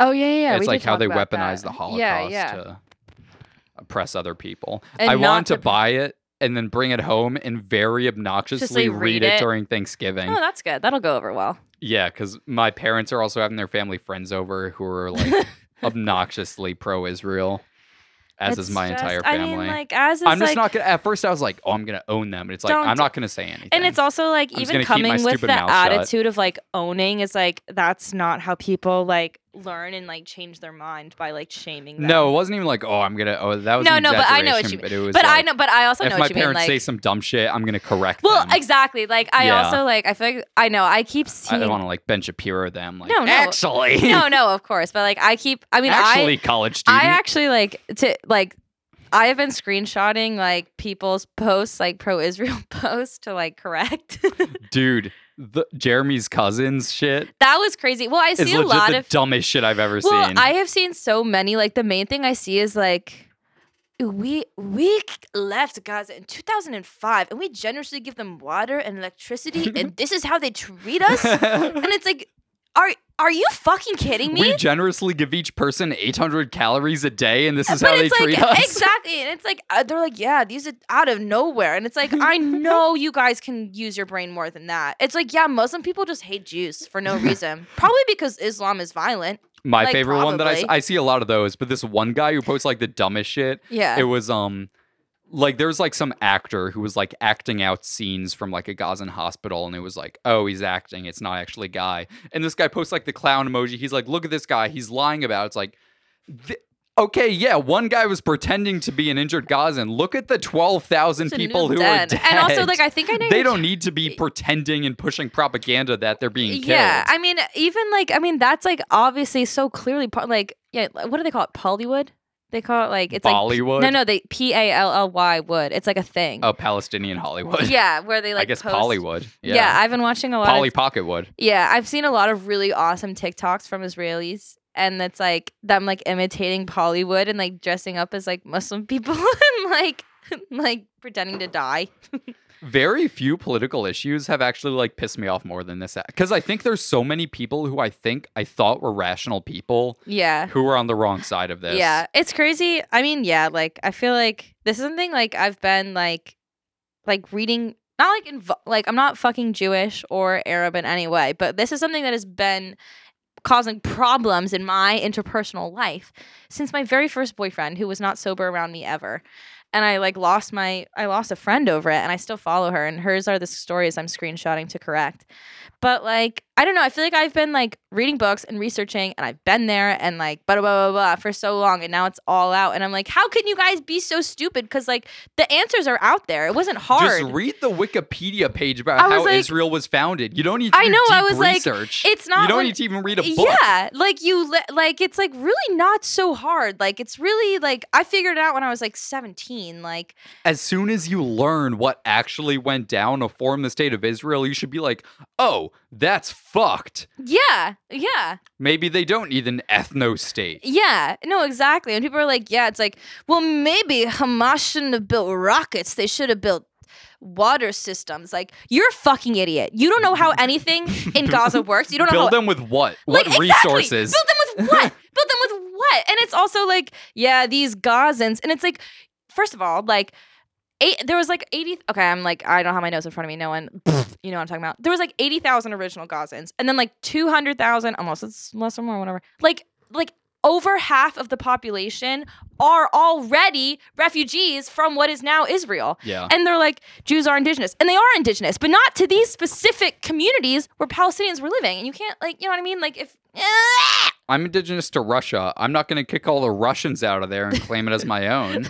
[SPEAKER 1] Oh yeah, yeah. yeah,
[SPEAKER 2] it's
[SPEAKER 1] we
[SPEAKER 2] like
[SPEAKER 1] did
[SPEAKER 2] how
[SPEAKER 1] talk
[SPEAKER 2] they
[SPEAKER 1] about
[SPEAKER 2] weaponize
[SPEAKER 1] that.
[SPEAKER 2] the Holocaust
[SPEAKER 1] Yeah, yeah.
[SPEAKER 2] to oppress other people.
[SPEAKER 1] And
[SPEAKER 2] I
[SPEAKER 1] not
[SPEAKER 2] want to
[SPEAKER 1] to-
[SPEAKER 2] buy it and then bring it home and very obnoxiously read,
[SPEAKER 1] read
[SPEAKER 2] it,
[SPEAKER 1] it.
[SPEAKER 2] during Thanksgiving.
[SPEAKER 1] Oh, that's good. That'll go over well.
[SPEAKER 2] Yeah, because my parents are also having their family friends over who are like obnoxiously pro-Israel, as
[SPEAKER 1] It's
[SPEAKER 2] is my
[SPEAKER 1] just-
[SPEAKER 2] entire family.
[SPEAKER 1] I mean, like, as is
[SPEAKER 2] I'm just
[SPEAKER 1] like,
[SPEAKER 2] not gonna. At first, I was like, "Oh, I'm gonna own them," and it's like
[SPEAKER 1] Don't-
[SPEAKER 2] I'm not gonna say anything.
[SPEAKER 1] And it's also like
[SPEAKER 2] I'm just
[SPEAKER 1] even
[SPEAKER 2] gonna keep my
[SPEAKER 1] coming with
[SPEAKER 2] stupid
[SPEAKER 1] the
[SPEAKER 2] mouth shut.
[SPEAKER 1] attitude of like owning is like that's not how people like learn and like change their mind by like shaming them.
[SPEAKER 2] no, it wasn't even like, "Oh, I'm gonna." Oh, that was
[SPEAKER 1] No,
[SPEAKER 2] an
[SPEAKER 1] no, but I know what
[SPEAKER 2] exaggeration,
[SPEAKER 1] you
[SPEAKER 2] But it was.
[SPEAKER 1] but I
[SPEAKER 2] like,
[SPEAKER 1] know but I also
[SPEAKER 2] If
[SPEAKER 1] know
[SPEAKER 2] my
[SPEAKER 1] what you mean
[SPEAKER 2] parents
[SPEAKER 1] like
[SPEAKER 2] say some dumb shit, I'm gonna correct
[SPEAKER 1] Well,
[SPEAKER 2] them.
[SPEAKER 1] exactly. Like I
[SPEAKER 2] Yeah.
[SPEAKER 1] also like I feel like I know I keep
[SPEAKER 2] I
[SPEAKER 1] seeing
[SPEAKER 2] don't want to like Ben Shapiro them. Like,
[SPEAKER 1] No, no.
[SPEAKER 2] actually,
[SPEAKER 1] No, no, of course, but like I keep I mean
[SPEAKER 2] actually, college
[SPEAKER 1] I
[SPEAKER 2] student.
[SPEAKER 1] I actually like to like I have been screenshotting like people's posts, like pro Israel posts to like correct.
[SPEAKER 2] Dude, the Jeremy's cousins shit
[SPEAKER 1] that was crazy. Well, I
[SPEAKER 2] is
[SPEAKER 1] see a
[SPEAKER 2] legit
[SPEAKER 1] lot
[SPEAKER 2] the
[SPEAKER 1] of
[SPEAKER 2] dumbest shit I've ever
[SPEAKER 1] Well,
[SPEAKER 2] seen.
[SPEAKER 1] I have seen so many. Like the main thing I see is like we we left Gaza in 2005 and we generously give them water and electricity and this is how they treat us. and it's like are are you fucking kidding me?
[SPEAKER 2] We generously give each person 800 calories a day, and this is
[SPEAKER 1] but
[SPEAKER 2] how they
[SPEAKER 1] it's
[SPEAKER 2] treat
[SPEAKER 1] like
[SPEAKER 2] us.
[SPEAKER 1] exactly and it's like uh, they're like yeah these are out of nowhere and it's like i know you guys can use your brain more than that it's like yeah muslim people just hate jews for no reason probably because islam is violent
[SPEAKER 2] My
[SPEAKER 1] like,
[SPEAKER 2] favorite one that I, s-
[SPEAKER 1] probably.
[SPEAKER 2] I see a lot of those, but this one guy who posts like the dumbest shit.
[SPEAKER 1] yeah
[SPEAKER 2] It was um, like there's like some actor who was like acting out scenes from like a Gazan hospital, and it was like, oh, he's acting. It's not actually a guy. And this guy posts like the clown emoji. He's like, look at this guy. He's lying about. It. It's like. Th- Okay, yeah, one guy was pretending to be an injured Gazan. Look at the 12,000
[SPEAKER 1] It's a new
[SPEAKER 2] people who are dead.
[SPEAKER 1] And also, like, I think I know
[SPEAKER 2] they
[SPEAKER 1] you're
[SPEAKER 2] don't need to be pretending and pushing propaganda that they're being killed.
[SPEAKER 1] Yeah, I mean, even like, I mean, that's like obviously so clearly part. Like, yeah, like, what do they call it? Pollywood? They call it like it's
[SPEAKER 2] Bollywood?
[SPEAKER 1] Like, no, no, they P A L L Y wood. It's like a thing.
[SPEAKER 2] oh, Palestinian Hollywood.
[SPEAKER 1] Yeah, where they like.
[SPEAKER 2] I guess
[SPEAKER 1] post-
[SPEAKER 2] Pollywood.
[SPEAKER 1] Yeah.
[SPEAKER 2] Yeah.
[SPEAKER 1] I've been watching a lot.
[SPEAKER 2] Polly
[SPEAKER 1] Of,
[SPEAKER 2] Pocket would.
[SPEAKER 1] yeah, I've seen a lot of really awesome TikToks from Israelis. And it's like them like imitating Pollywood and like dressing up as like Muslim people and like like pretending to die.
[SPEAKER 2] very few political issues have actually like pissed me off more than this because i think there's so many people who i think i thought were rational people
[SPEAKER 1] Yeah.
[SPEAKER 2] who were on the wrong side of this
[SPEAKER 1] Uh, Yeah, it's crazy. I mean, yeah, like I feel like this is something like I've been like, like reading. Not like inv- like I'm not fucking Jewish or Arab in any way, but this is something that has been causing problems in my interpersonal life since my very first boyfriend, who was not sober around me ever. And I like lost my I lost a friend over it, and I still follow her. And hers are the stories I'm screenshotting to correct. But like, I don't know. I feel like I've been like reading books and researching, and I've been there and like blah blah blah blah, blah for so long, and now it's all out. And I'm like, how can you guys be so stupid? Because like the answers are out there. It wasn't hard.
[SPEAKER 2] Just read the Wikipedia page about
[SPEAKER 1] I was
[SPEAKER 2] how
[SPEAKER 1] like-
[SPEAKER 2] Israel was founded. You don't need to
[SPEAKER 1] I
[SPEAKER 2] do
[SPEAKER 1] know,
[SPEAKER 2] deep
[SPEAKER 1] I was like,
[SPEAKER 2] research.
[SPEAKER 1] it's not
[SPEAKER 2] You don't
[SPEAKER 1] like-
[SPEAKER 2] need to even read a book.
[SPEAKER 1] Yeah, like you, li- like it's like really not so hard. Like it's really like I figured it out when I was like 17. Like
[SPEAKER 2] As soon as you learn what actually went down to form the state of Israel, you should be like, "Oh, that's fucked.
[SPEAKER 1] yeah, yeah,
[SPEAKER 2] Maybe they don't need an ethno state."
[SPEAKER 1] yeah. No, exactly. And people are like, yeah, it's like, well, maybe Hamas shouldn't have built rockets. They should have built water systems. Like you're a fucking idiot. You don't know how anything in Gaza works. You don't know how
[SPEAKER 2] Build them with what? What
[SPEAKER 1] Like, exactly.
[SPEAKER 2] resources?
[SPEAKER 1] Build them with what? Build them with what? And it's also like, yeah, these Gazans. And it's like, first of all, like, eight, there was like 80. Okay, I'm like, I don't have my notes in front of me. No one, pfft, you know what I'm talking about. There was like 80,000 original Gazans and then like 200,000, almost, it's less or more, whatever. Like, like, over half of the population are already refugees from what is now Israel.
[SPEAKER 2] yeah.
[SPEAKER 1] And they're like, Jews are indigenous. And they are indigenous, but not to these specific communities where Palestinians were living. And you can't, like, you know what I mean? Like, if.
[SPEAKER 2] I'm indigenous to Russia. I'm not going to kick all the Russians out of there and claim it as my own.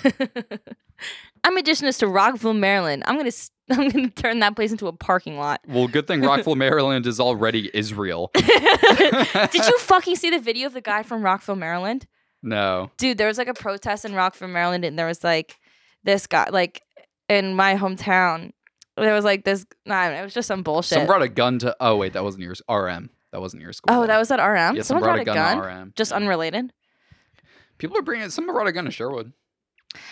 [SPEAKER 1] I'm indigenous to Rockville, Maryland. I'm gonna s- I'm gonna turn that place into a parking lot.
[SPEAKER 2] Well, good thing Rockville, Maryland is already Israel.
[SPEAKER 1] Did you fucking see the video of the guy from Rockville, Maryland?
[SPEAKER 2] No.
[SPEAKER 1] Dude, there was like a protest in Rockville, Maryland, and there was like this guy, like in my hometown, there was like this. I don't know, it was just some bullshit.
[SPEAKER 2] Someone brought a gun to. Oh wait, that wasn't yours. RM. That wasn't your school.
[SPEAKER 1] oh, that was at
[SPEAKER 2] Yeah,
[SPEAKER 1] RM.
[SPEAKER 2] someone,
[SPEAKER 1] Someone
[SPEAKER 2] brought, a gun, to RM.
[SPEAKER 1] just
[SPEAKER 2] Yeah.
[SPEAKER 1] unrelated.
[SPEAKER 2] People are bringing. Someone brought a gun to Sherwood.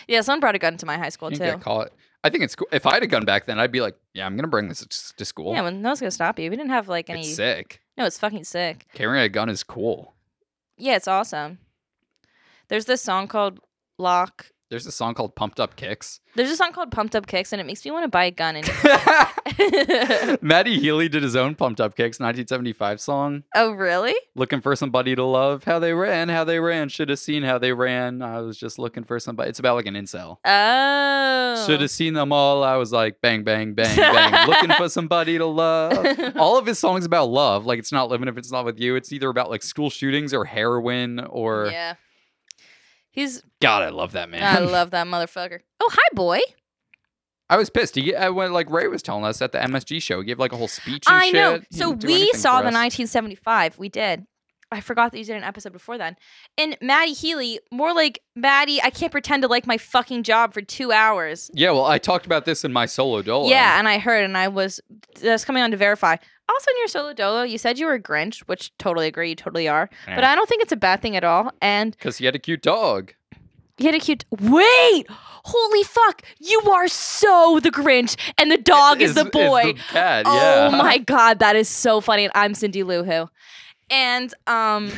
[SPEAKER 1] Yeah, someone brought a gun to my high school
[SPEAKER 2] You
[SPEAKER 1] too.
[SPEAKER 2] can get caught. I think it's cool. If I had a gun back then, I'd be like, yeah, I'm gonna bring this to- to school.
[SPEAKER 1] Yeah, well, no one's gonna stop you. We didn't have like any.
[SPEAKER 2] it's sick.
[SPEAKER 1] No, it's fucking sick.
[SPEAKER 2] Carrying a gun is cool.
[SPEAKER 1] Yeah, it's awesome. There's this song called Lock.
[SPEAKER 2] There's a song called "Pumped Up Kicks."
[SPEAKER 1] There's a song called Pumped Up Kicks, and it makes me want to buy a gun. And
[SPEAKER 2] Matty Healy did his own "Pumped Up Kicks" 1975 song.
[SPEAKER 1] oh, really?
[SPEAKER 2] Looking for somebody to love. How they ran, how they ran. Should have seen how they ran. I was just looking for somebody. It's about like an incel.
[SPEAKER 1] Oh,
[SPEAKER 2] Should have seen them all. I was like, bang, bang, bang, bang, looking for somebody to love. All of his songs about love. Like, it's not living if it's not with you. It's either about like school shootings or heroin or
[SPEAKER 1] yeah. He's.
[SPEAKER 2] God. I love that man.
[SPEAKER 1] I love that motherfucker. Oh, hi, boy.
[SPEAKER 2] I was pissed. He, I went like Ray was telling us at the MSG show. He gave like a whole speech. And
[SPEAKER 1] I
[SPEAKER 2] shit.
[SPEAKER 1] know.
[SPEAKER 2] He
[SPEAKER 1] So
[SPEAKER 2] didn't do
[SPEAKER 1] we
[SPEAKER 2] anything
[SPEAKER 1] saw
[SPEAKER 2] for
[SPEAKER 1] the
[SPEAKER 2] us.
[SPEAKER 1] 1975. We did. I forgot that you did an episode before then. And Maddie Healy, more like Maddie, I can't pretend to like my fucking job for two hours.
[SPEAKER 2] Yeah, well, I talked about this in my solo dolo.
[SPEAKER 1] Yeah, and I heard, and I was that's coming on to verify. Also, in your solo dolo, you said you were a Grinch, which totally agree, you totally are. But
[SPEAKER 2] Yeah.
[SPEAKER 1] I don't think it's a bad thing at all. And
[SPEAKER 2] because he had a cute dog.
[SPEAKER 1] you had a cute. Wait, holy fuck! You are so the Grinch, and the dog is, the boy.
[SPEAKER 2] the cat,
[SPEAKER 1] Oh
[SPEAKER 2] yeah.
[SPEAKER 1] my god, that is so funny. And I'm Cindy Lou Who, and um.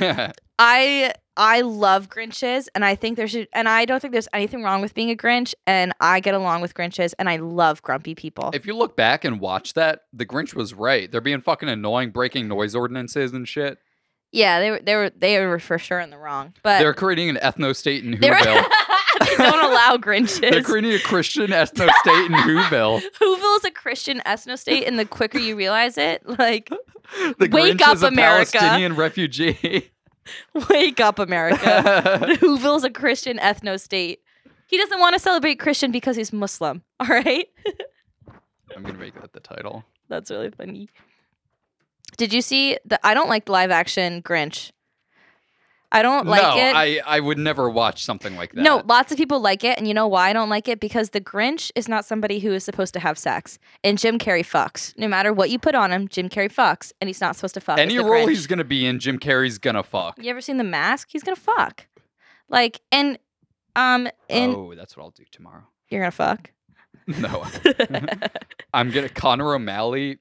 [SPEAKER 1] I I love Grinches and I think there should and I don't think there's anything wrong with being a Grinch and I get along with Grinches and I love grumpy people.
[SPEAKER 2] If you look back and watch that, the Grinch was right. They're being fucking annoying, breaking noise ordinances and shit.
[SPEAKER 1] Yeah, they were they were they were for sure in the wrong. But
[SPEAKER 2] They're creating an ethno state in
[SPEAKER 1] they're-
[SPEAKER 2] Whoville.
[SPEAKER 1] they don't allow
[SPEAKER 2] They're
[SPEAKER 1] Grinches.
[SPEAKER 2] creating a Christian ethno state in Whoville.
[SPEAKER 1] Whoville is a Christian ethno state, and the quicker you realize it, like
[SPEAKER 2] The
[SPEAKER 1] Wake
[SPEAKER 2] Grinch
[SPEAKER 1] up,
[SPEAKER 2] is a
[SPEAKER 1] America.
[SPEAKER 2] Palestinian refugee.
[SPEAKER 1] wake up, America.
[SPEAKER 2] That's
[SPEAKER 1] Whoville's a Christian ethno state. He doesn't want to celebrate Christian because he's Muslim. All right,
[SPEAKER 2] I'm gonna make that the title.
[SPEAKER 1] that's really funny. Did you see the? I don't like live action Grinch. I don't like
[SPEAKER 2] no,
[SPEAKER 1] it.
[SPEAKER 2] I, I would never watch something like that.
[SPEAKER 1] No, uh, lots of people like it, and you know why I don't like it? Because the Grinch is not somebody who is supposed to have sex, and Jim Carrey fucks. No matter what you put on him, Jim Carrey fucks, and he's not supposed to fuck. It's
[SPEAKER 2] Any
[SPEAKER 1] the
[SPEAKER 2] role
[SPEAKER 1] Grinch.
[SPEAKER 2] he's gonna be in, Jim Carrey's gonna fuck.
[SPEAKER 1] you ever seen The Mask? He's gonna fuck. Like and um and
[SPEAKER 2] oh, that's what I'll do tomorrow.
[SPEAKER 1] You're gonna fuck.
[SPEAKER 2] No,
[SPEAKER 1] You're
[SPEAKER 2] I'm gonna Connor O'Malley.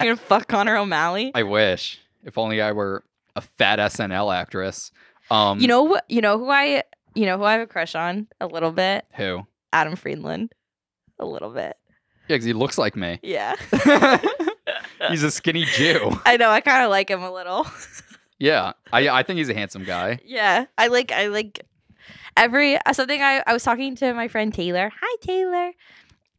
[SPEAKER 1] gonna fuck Connor O'Malley.
[SPEAKER 2] I wish. If only I were a fat SNL actress. Um,
[SPEAKER 1] You know what? You know who I. You know who I have a crush on a little bit.
[SPEAKER 2] who? Yeah,
[SPEAKER 1] Adam Friedland, a little bit.
[SPEAKER 2] 'cause he looks like me.
[SPEAKER 1] Yeah.
[SPEAKER 2] He's a skinny Jew.
[SPEAKER 1] I know. I kind of like him a little.
[SPEAKER 2] Yeah, I I think he's a handsome guy.
[SPEAKER 1] Yeah, I like I like every uh, something I I was talking to my friend Taylor. Hi Taylor.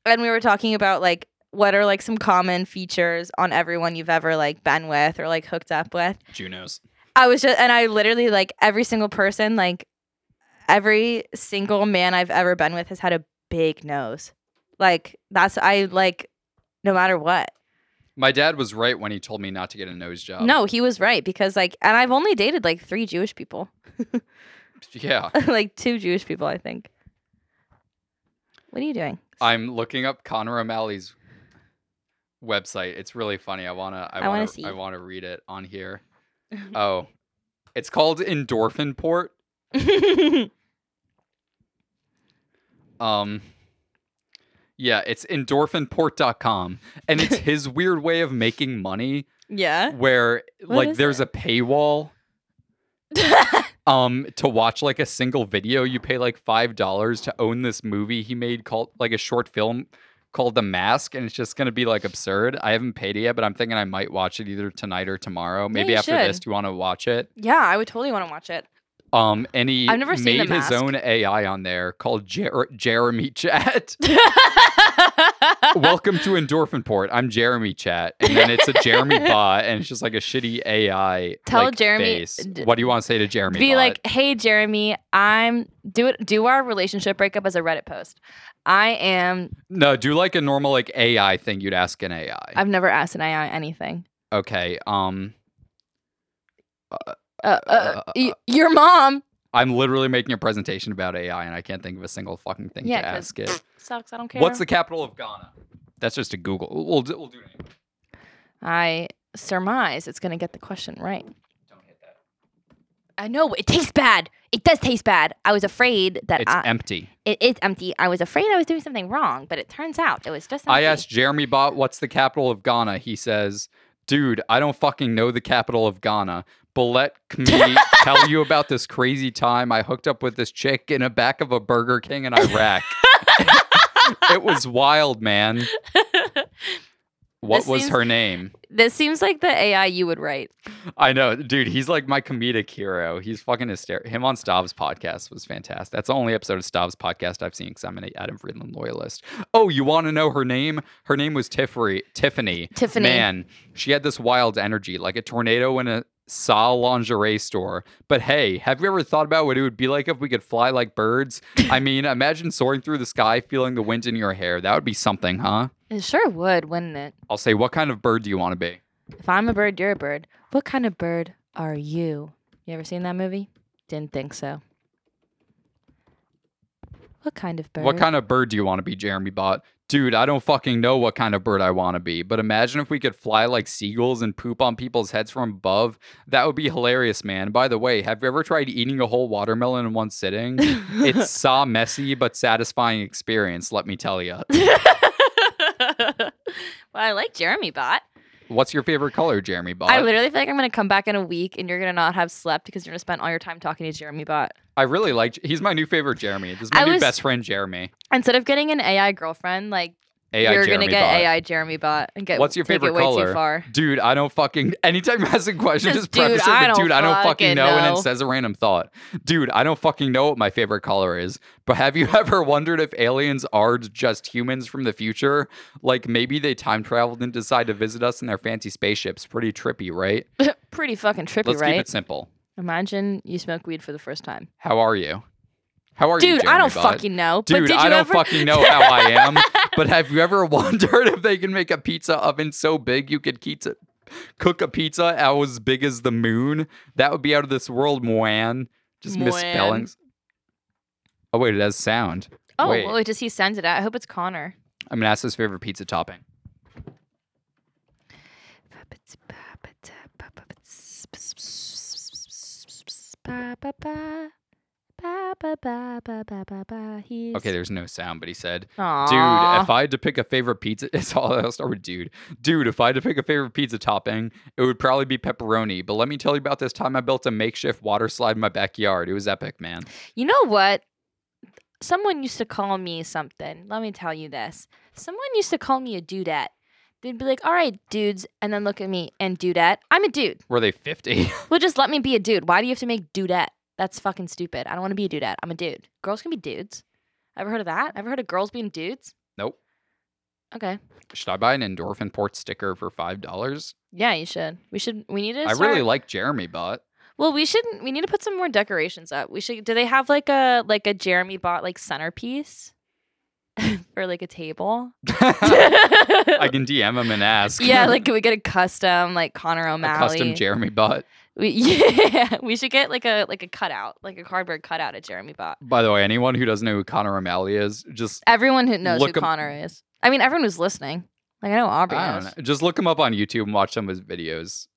[SPEAKER 1] And we were talking about like what are like some common features on everyone you've ever like been with or like hooked up with.
[SPEAKER 2] Junos.
[SPEAKER 1] I was just and I literally like every single person like every single man I've ever been with has had a big nose. Like that's I like no matter what.
[SPEAKER 2] My dad was right when he told me not to get a nose job.
[SPEAKER 1] no, he was right because like and I've only dated like 3 Jewish people.
[SPEAKER 2] Yeah,
[SPEAKER 1] like two Jewish people, I think. What are you doing?
[SPEAKER 2] I'm looking up Connor O'Malley's website. It's really funny. I wanna I,
[SPEAKER 1] I wanna
[SPEAKER 2] wanna
[SPEAKER 1] see.
[SPEAKER 2] I wanna read it on here. oh, it's called Endorphin Port. Um, yeah, it's endorphinport.com, and it's his weird way of making money,
[SPEAKER 1] yeah.
[SPEAKER 2] where
[SPEAKER 1] What
[SPEAKER 2] like
[SPEAKER 1] is
[SPEAKER 2] there's
[SPEAKER 1] it?
[SPEAKER 2] a paywall. Um, to watch like a single video, you pay like five dollars to own this movie he made called like a short film called The Mask, and it's just gonna be like absurd. I haven't paid it yet, but I'm thinking I might watch it either tonight or tomorrow. Maybe
[SPEAKER 1] you
[SPEAKER 2] after this,
[SPEAKER 1] should.
[SPEAKER 2] do you want to watch it?
[SPEAKER 1] yeah, I would totally want to watch it.
[SPEAKER 2] Um, and he
[SPEAKER 1] I've never
[SPEAKER 2] made
[SPEAKER 1] seen The
[SPEAKER 2] his
[SPEAKER 1] Mask.
[SPEAKER 2] own AI on there called Jer- Jeremy Chat. Welcome to Endorphin Port. I'm Jeremy Chat, and then it's a Jeremy bot, and it's just like a shitty AI.
[SPEAKER 1] Tell
[SPEAKER 2] like,
[SPEAKER 1] Jeremy-
[SPEAKER 2] face.
[SPEAKER 1] d-
[SPEAKER 2] what do you want to say to Jeremy?
[SPEAKER 1] Be
[SPEAKER 2] bot?
[SPEAKER 1] like, hey Jeremy, I'm do it do our relationship breakup as a Reddit post. I am
[SPEAKER 2] no, do like a normal like AI thing you'd ask an AI.
[SPEAKER 1] I've never asked an AI anything.
[SPEAKER 2] okay, um,
[SPEAKER 1] Uh, uh,
[SPEAKER 2] Uh,
[SPEAKER 1] y- your mom.
[SPEAKER 2] I'm literally making a presentation about AI, and I can't think of a single fucking thing
[SPEAKER 1] Yeah,
[SPEAKER 2] to
[SPEAKER 1] 'cause
[SPEAKER 2] ask it.
[SPEAKER 1] Sucks. I don't care.
[SPEAKER 2] What's the capital of Ghana? That's just a Google. We'll we'll do, we'll do it. anyway.
[SPEAKER 1] I surmise it's gonna get the question right.
[SPEAKER 2] Don't hit that.
[SPEAKER 1] I know it tastes bad. It does taste bad. I was afraid that
[SPEAKER 2] It's
[SPEAKER 1] I,
[SPEAKER 2] empty.
[SPEAKER 1] it is empty. I was afraid I was doing something wrong, but it turns out it was just. Empty.
[SPEAKER 2] I asked Jeremy Bot what's the capital of Ghana. He says, Dude, I don't fucking know the capital of Ghana, but let me tell you about this crazy time I hooked up with this chick in the back of a Burger King in Iraq. it was wild, man. What
[SPEAKER 1] This
[SPEAKER 2] was
[SPEAKER 1] seems-
[SPEAKER 2] her name?
[SPEAKER 1] This seems like the AI you would write.
[SPEAKER 2] I know, dude. He's like my comedic hero. He's fucking hysterical. Him on Stav's podcast was fantastic. That's the only episode of Stav's podcast I've seen because I'm an Adam Friedland loyalist. Oh, you want to know her name? Her name was Tiffany. Tiffany.
[SPEAKER 1] Tiffany.
[SPEAKER 2] Man, she had this wild energy, like a tornado in a Saw lingerie store. But hey, have you ever thought about what it would be like if we could fly like birds? I mean, imagine soaring through the sky, feeling the wind in your hair. That would be something, huh?
[SPEAKER 1] It sure would, wouldn't it?
[SPEAKER 2] I'll say, what kind of bird do you want to be?
[SPEAKER 1] If I'm a bird, you're a bird. What kind of bird are you? You ever seen that movie? Didn't think so. What kind of bird?
[SPEAKER 2] What kind of bird do you want to be, Jeremy Bot? Dude, I don't fucking know what kind of bird I want to be, but imagine if we could fly like seagulls and poop on people's heads from above. That would be hilarious, man. By the way, have you ever tried eating a whole watermelon in one sitting? it's saw messy but satisfying experience, let me tell you.
[SPEAKER 1] well, I like Jeremy Bot.
[SPEAKER 2] What's your favorite color, Jeremy Bot?
[SPEAKER 1] I literally feel like I'm gonna come back in a week and you're gonna not have slept because you're gonna spend all your time talking to Jeremy Bot.
[SPEAKER 2] I really like he's my new favorite Jeremy. This is my
[SPEAKER 1] I
[SPEAKER 2] new
[SPEAKER 1] was-
[SPEAKER 2] best friend Jeremy.
[SPEAKER 1] Instead of getting an AI girlfriend, like
[SPEAKER 2] AI
[SPEAKER 1] you're
[SPEAKER 2] Jeremy
[SPEAKER 1] gonna get
[SPEAKER 2] Bot.
[SPEAKER 1] AI Jeremy Bot and get
[SPEAKER 2] What's your
[SPEAKER 1] take
[SPEAKER 2] favorite
[SPEAKER 1] it way
[SPEAKER 2] color?
[SPEAKER 1] Too far.
[SPEAKER 2] Dude, I don't fucking. Anytime you ask a question,
[SPEAKER 1] Just,
[SPEAKER 2] just,
[SPEAKER 1] "Dude,
[SPEAKER 2] preface it
[SPEAKER 1] I
[SPEAKER 2] with,
[SPEAKER 1] don't
[SPEAKER 2] "Dude, I don't fucking
[SPEAKER 1] fucking
[SPEAKER 2] know," and
[SPEAKER 1] know.
[SPEAKER 2] then says a random thought. Dude, I don't fucking know what my favorite color is. But have you ever wondered if aliens are just humans from the future? Like maybe they time traveled and decided to visit us in their fancy spaceships. Pretty trippy, right?
[SPEAKER 1] Pretty fucking trippy,
[SPEAKER 2] Let's
[SPEAKER 1] right?
[SPEAKER 2] keep it simple.
[SPEAKER 1] Imagine you smoke weed for the first time.
[SPEAKER 2] How are you? How are you,
[SPEAKER 1] Dude, I
[SPEAKER 2] Jeremy
[SPEAKER 1] don't
[SPEAKER 2] Bot?
[SPEAKER 1] fucking know. but
[SPEAKER 2] Dude,
[SPEAKER 1] did
[SPEAKER 2] I
[SPEAKER 1] you
[SPEAKER 2] don't
[SPEAKER 1] ever?
[SPEAKER 2] fucking know how I am. but have you ever wondered if they can make a pizza oven so big you could pizza, cook a pizza out as big as the moon? That would be out of this world, Moan. Just
[SPEAKER 1] Moan.
[SPEAKER 2] misspellings. Oh wait, it has sound.
[SPEAKER 1] oh,
[SPEAKER 2] wait.
[SPEAKER 1] well, does he send it out? I hope it's Connor.
[SPEAKER 2] I'm gonna ask his favorite pizza topping.
[SPEAKER 1] ba ba ba ba ba ba. He's
[SPEAKER 2] Okay, there's no sound, but he said, Dude,
[SPEAKER 1] Aw.
[SPEAKER 2] if I had to pick a favorite pizza, it's all I'll start with dude. Dude, if I had to pick a favorite pizza topping, it would probably be pepperoni. But let me tell you about this time I built a makeshift water slide in my backyard. It was epic, man.
[SPEAKER 1] You know what? Someone used to call me something. Let me tell you this. Someone used to call me a dudette. They'd be like, all right, dudes, and then look at me and dudette. I'm a dude.
[SPEAKER 2] Were they 50?
[SPEAKER 1] Well, just let me be a dude. Why do you have to make dudette? That's fucking stupid. I don't want to be a dudette. I'm a dude. Girls can be dudes. Ever heard of that? Ever heard of girls being dudes?
[SPEAKER 2] Nope.
[SPEAKER 1] Okay.
[SPEAKER 2] Should I buy an endorphin port sticker for five dollars?
[SPEAKER 1] Yeah, you should. We should. We need to.
[SPEAKER 2] I
[SPEAKER 1] Start,
[SPEAKER 2] really like Jeremy Butt.
[SPEAKER 1] Well, we shouldn't. We need to put some more decorations up. We should. Do they have like a like a Jeremy bought like centerpiece, or like a table?
[SPEAKER 2] I can DM him and ask.
[SPEAKER 1] yeah, like can we get a custom like Connor
[SPEAKER 2] a
[SPEAKER 1] O'Malley?
[SPEAKER 2] custom Jeremy Butt.
[SPEAKER 1] we, yeah, we should get like a like a cutout, like a cardboard cutout of Jeremy Bott.
[SPEAKER 2] By the way, anyone who doesn't know who Connor O'Malley is, just
[SPEAKER 1] Everyone who knows
[SPEAKER 2] Look
[SPEAKER 1] who
[SPEAKER 2] up-
[SPEAKER 1] Connor is. I mean, everyone who's listening. Like I know Aubrey
[SPEAKER 2] I don't
[SPEAKER 1] knows.
[SPEAKER 2] know, just look him up on YouTube and watch some of his videos.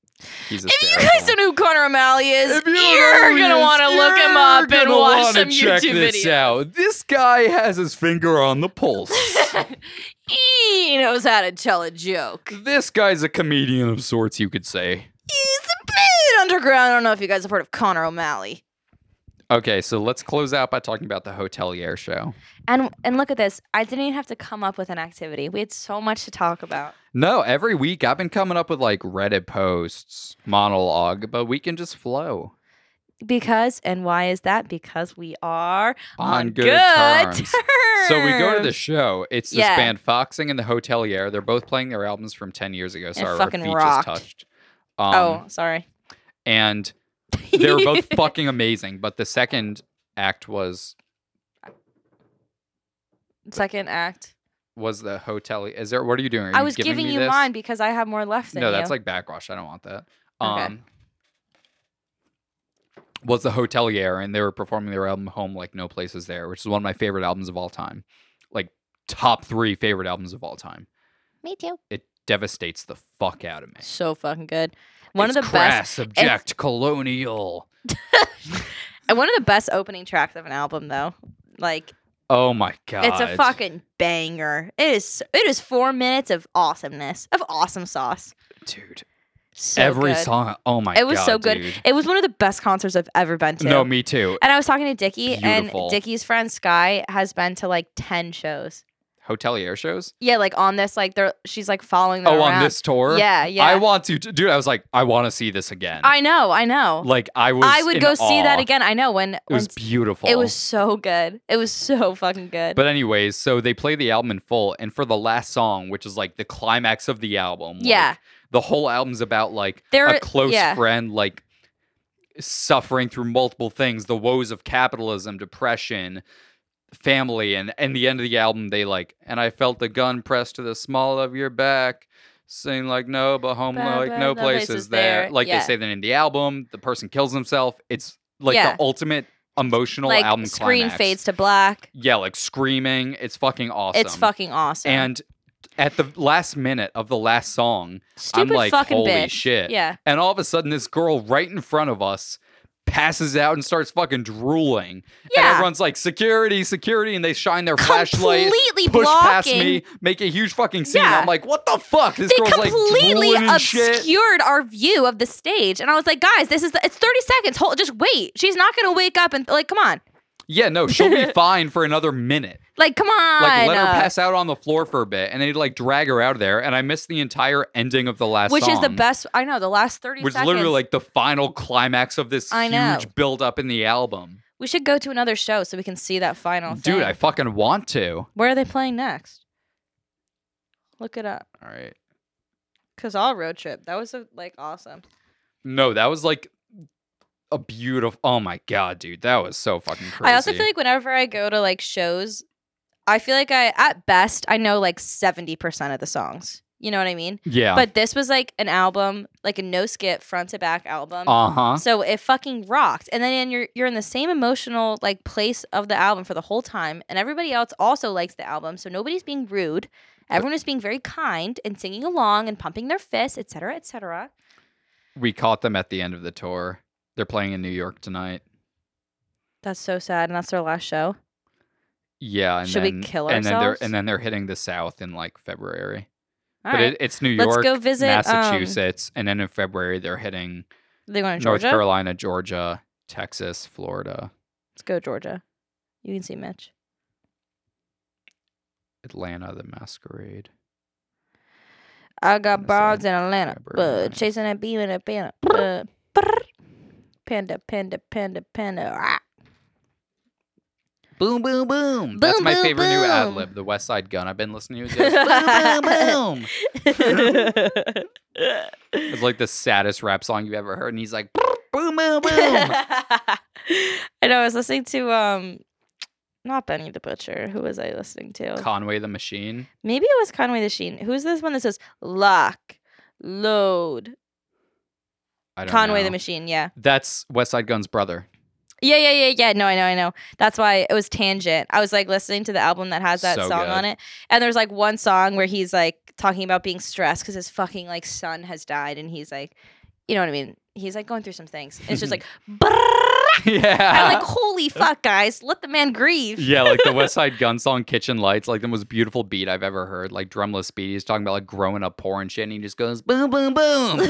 [SPEAKER 2] He's
[SPEAKER 1] If you guys don't know who Connor O'Malley is,
[SPEAKER 2] If
[SPEAKER 1] you
[SPEAKER 2] you don't
[SPEAKER 1] are
[SPEAKER 2] know who
[SPEAKER 1] gonna
[SPEAKER 2] he is,
[SPEAKER 1] want to look him
[SPEAKER 2] you're
[SPEAKER 1] up and
[SPEAKER 2] gonna
[SPEAKER 1] watch
[SPEAKER 2] wanna
[SPEAKER 1] some
[SPEAKER 2] check
[SPEAKER 1] YouTube
[SPEAKER 2] this
[SPEAKER 1] videos.
[SPEAKER 2] out. This guy has his finger on the pulse.
[SPEAKER 1] he knows how to tell a joke.
[SPEAKER 2] this guy's a comedian of sorts, you could say.
[SPEAKER 1] He's a bit underground. I don't know if you guys have heard of Connor O'Malley.
[SPEAKER 2] Okay, so let's close out by talking about the Hotelier show.
[SPEAKER 1] And and look at this. I didn't even have to come up with an activity. We had so much to talk about.
[SPEAKER 2] No, every week I've been coming up with like Reddit posts, monologue, but we can just flow
[SPEAKER 1] Because and why is that? Because we are
[SPEAKER 2] on, good, terms. So we go to the show. It's this
[SPEAKER 1] Yeah.
[SPEAKER 2] band Foxing and the Hotelier. They're both playing their albums from ten years ago. Sorry, our
[SPEAKER 1] fucking
[SPEAKER 2] feet
[SPEAKER 1] rocked.
[SPEAKER 2] just touched. Um,
[SPEAKER 1] oh, sorry.
[SPEAKER 2] and they were both fucking amazing. But the second act was
[SPEAKER 1] second act.
[SPEAKER 2] was the hotel. Is there? What are you doing? Are
[SPEAKER 1] I was
[SPEAKER 2] giving,
[SPEAKER 1] giving
[SPEAKER 2] me
[SPEAKER 1] you
[SPEAKER 2] this?
[SPEAKER 1] mine because I have more left than
[SPEAKER 2] No,
[SPEAKER 1] you.
[SPEAKER 2] that's like backwash. I don't want that.
[SPEAKER 1] Okay.
[SPEAKER 2] Um, was the Hotelier, and they were performing their album "Home Like No Place Is There," which is one of my favorite albums of all time, like top three favorite albums of all time.
[SPEAKER 1] me too.
[SPEAKER 2] It devastates the fuck out of me.
[SPEAKER 1] So fucking good. One
[SPEAKER 2] It's
[SPEAKER 1] of the best.
[SPEAKER 2] crass, object, colonial.
[SPEAKER 1] and uh, One of the best opening tracks of an album, though. Like
[SPEAKER 2] Oh my god!
[SPEAKER 1] it's a fucking banger. It is. It is four minutes of awesomeness, of awesome sauce.
[SPEAKER 2] dude.
[SPEAKER 1] So
[SPEAKER 2] every
[SPEAKER 1] good.
[SPEAKER 2] song. Oh my!
[SPEAKER 1] It was
[SPEAKER 2] God,
[SPEAKER 1] so good.
[SPEAKER 2] dude.
[SPEAKER 1] It was one of the best concerts I've ever been to.
[SPEAKER 2] No, me too.
[SPEAKER 1] and I was talking to Dickie, and
[SPEAKER 2] Beautiful.
[SPEAKER 1] Dickie's friend Sky has been to like ten shows.
[SPEAKER 2] Hotelier shows.
[SPEAKER 1] Yeah, like on this, like they're she's like following them
[SPEAKER 2] oh,
[SPEAKER 1] around.
[SPEAKER 2] on this tour.
[SPEAKER 1] Yeah, yeah.
[SPEAKER 2] I want to, t- dude. I was like, I want to see this again.
[SPEAKER 1] I know, I know.
[SPEAKER 2] like I was.
[SPEAKER 1] I would
[SPEAKER 2] in
[SPEAKER 1] go see that
[SPEAKER 2] awe.
[SPEAKER 1] again. I know when
[SPEAKER 2] It
[SPEAKER 1] when
[SPEAKER 2] was
[SPEAKER 1] s-
[SPEAKER 2] beautiful.
[SPEAKER 1] it was so good. It was so fucking good.
[SPEAKER 2] But anyways, so they play the album in full, and for the last song, which is like the climax of the album, like,
[SPEAKER 1] Yeah.
[SPEAKER 2] the whole album's about like
[SPEAKER 1] There-
[SPEAKER 2] a close
[SPEAKER 1] yeah.
[SPEAKER 2] friend, like suffering through multiple things, the woes of capitalism, depression, family, and and the end of the album, they like, and I felt the gun pressed to the small of your back. Sing like no, but home
[SPEAKER 1] Ba-
[SPEAKER 2] like
[SPEAKER 1] ba-
[SPEAKER 2] no
[SPEAKER 1] no
[SPEAKER 2] place
[SPEAKER 1] place is
[SPEAKER 2] is there.
[SPEAKER 1] there.
[SPEAKER 2] Like
[SPEAKER 1] Yeah.
[SPEAKER 2] they say the name of the album, the person kills himself. It's like
[SPEAKER 1] Yeah.
[SPEAKER 2] the ultimate emotional
[SPEAKER 1] like
[SPEAKER 2] album.
[SPEAKER 1] screen
[SPEAKER 2] climax
[SPEAKER 1] fades to black.
[SPEAKER 2] yeah, like screaming. It's fucking awesome.
[SPEAKER 1] It's fucking awesome.
[SPEAKER 2] And at the last minute of the last song,
[SPEAKER 1] stupid
[SPEAKER 2] I'm like,
[SPEAKER 1] fucking
[SPEAKER 2] holy
[SPEAKER 1] bitch.
[SPEAKER 2] shit.
[SPEAKER 1] Yeah.
[SPEAKER 2] and all of a sudden, this girl right in front of us passes out and starts fucking drooling. And
[SPEAKER 1] Yeah.
[SPEAKER 2] everyone's like, security, security. And they shine their flashlight,
[SPEAKER 1] completely
[SPEAKER 2] push
[SPEAKER 1] blocking.
[SPEAKER 2] past me, make a huge fucking scene.
[SPEAKER 1] Yeah.
[SPEAKER 2] I'm like, what the fuck? This
[SPEAKER 1] They
[SPEAKER 2] girl's like,
[SPEAKER 1] completely
[SPEAKER 2] drooling and shit.
[SPEAKER 1] obscured our view of the stage, and I was like, "Guys, this is the, it's thirty seconds. Hold, just wait. She's not gonna wake up and like, come on,
[SPEAKER 2] Yeah, no, she'll be fine for another minute.
[SPEAKER 1] like, come on."
[SPEAKER 2] Like, let her
[SPEAKER 1] uh,
[SPEAKER 2] pass out on the floor for a bit, and they'd like drag her out of there. And I missed the entire ending of the last
[SPEAKER 1] which
[SPEAKER 2] song.
[SPEAKER 1] is the best. I know the last thirty
[SPEAKER 2] which is
[SPEAKER 1] seconds.
[SPEAKER 2] literally like the final climax of this
[SPEAKER 1] I know.
[SPEAKER 2] huge build up in the album.
[SPEAKER 1] we should go to another show so we can see that final.
[SPEAKER 2] Dude,
[SPEAKER 1] thing.
[SPEAKER 2] I fucking want to.
[SPEAKER 1] Where are they playing next? Look it up.
[SPEAKER 2] All right.
[SPEAKER 1] Cause all road trip. That was a, like awesome.
[SPEAKER 2] No, that was like a beautiful. Oh my god, dude, that was so fucking crazy.
[SPEAKER 1] I also feel like whenever I go to like shows, I feel like I at best I know like seventy percent of the songs. You know what I mean?
[SPEAKER 2] yeah.
[SPEAKER 1] But this was like an album, like a no skip front to back album.
[SPEAKER 2] uh huh.
[SPEAKER 1] So it fucking rocked. And then you're you're in the same emotional like place of the album for the whole time, and everybody else also likes the album. So nobody's being rude. Everyone is being very kind and singing along and pumping their fists, et cetera, et cetera.
[SPEAKER 2] We caught them at the end of the tour. They're playing in New York tonight.
[SPEAKER 1] That's so sad. And that's their last show.
[SPEAKER 2] Yeah, and
[SPEAKER 1] Should we
[SPEAKER 2] then,
[SPEAKER 1] kill
[SPEAKER 2] and then they're
[SPEAKER 1] ourselves?
[SPEAKER 2] and then they're hitting the South in like February.
[SPEAKER 1] All
[SPEAKER 2] but
[SPEAKER 1] right.
[SPEAKER 2] it, it's New
[SPEAKER 1] Let's
[SPEAKER 2] York,
[SPEAKER 1] go visit, um,
[SPEAKER 2] Massachusetts, and then in February they're hitting
[SPEAKER 1] they're going to
[SPEAKER 2] North
[SPEAKER 1] Georgia.
[SPEAKER 2] Carolina, Georgia, Texas, Florida,
[SPEAKER 1] Let's go Georgia. You can see Mitch.
[SPEAKER 2] Atlanta, the Masquerade.
[SPEAKER 1] I got
[SPEAKER 2] Minnesota,
[SPEAKER 1] broads in Atlanta,
[SPEAKER 2] February
[SPEAKER 1] but
[SPEAKER 2] ninth.
[SPEAKER 1] chasing a beam in a panda. Uh, brr. Panda, panda, panda, panda. Ah.
[SPEAKER 2] Boom, boom, boom. That's
[SPEAKER 1] Boom,
[SPEAKER 2] my
[SPEAKER 1] boom,
[SPEAKER 2] favorite new ad
[SPEAKER 1] boom.
[SPEAKER 2] lib, the West Side Gun. I've been listening to it. just boom, boom, boom. It's like the saddest rap song you've ever heard. And he's like, boom, boom, boom.
[SPEAKER 1] Oh. I know. I was listening to um, not Benny the Butcher. Who was I listening to?
[SPEAKER 2] Conway the Machine.
[SPEAKER 1] Maybe it was Conway the Sheen. Who's this one that says lock, load?
[SPEAKER 2] I don't
[SPEAKER 1] Conway the
[SPEAKER 2] know.
[SPEAKER 1] Machine. Yeah.
[SPEAKER 2] That's West Side Gun's brother.
[SPEAKER 1] Yeah, yeah, yeah, yeah. No, I know, I know. That's why it was tangent. I was like listening to the album that has that
[SPEAKER 2] So
[SPEAKER 1] song
[SPEAKER 2] good.
[SPEAKER 1] on it, and there's like one song where he's like talking about being stressed because his fucking like son has died, and he's like, you know what I mean? He's like going through some things. And it's just like, brrrr. I'm
[SPEAKER 2] yeah.
[SPEAKER 1] like, holy fuck, guys, let the man grieve.
[SPEAKER 2] yeah, like the West Side Gun song "Kitchen Lights," like the most beautiful beat I've ever heard. Like drumless beat, he's talking about like growing up poor and shit, and he just goes boom, boom, boom.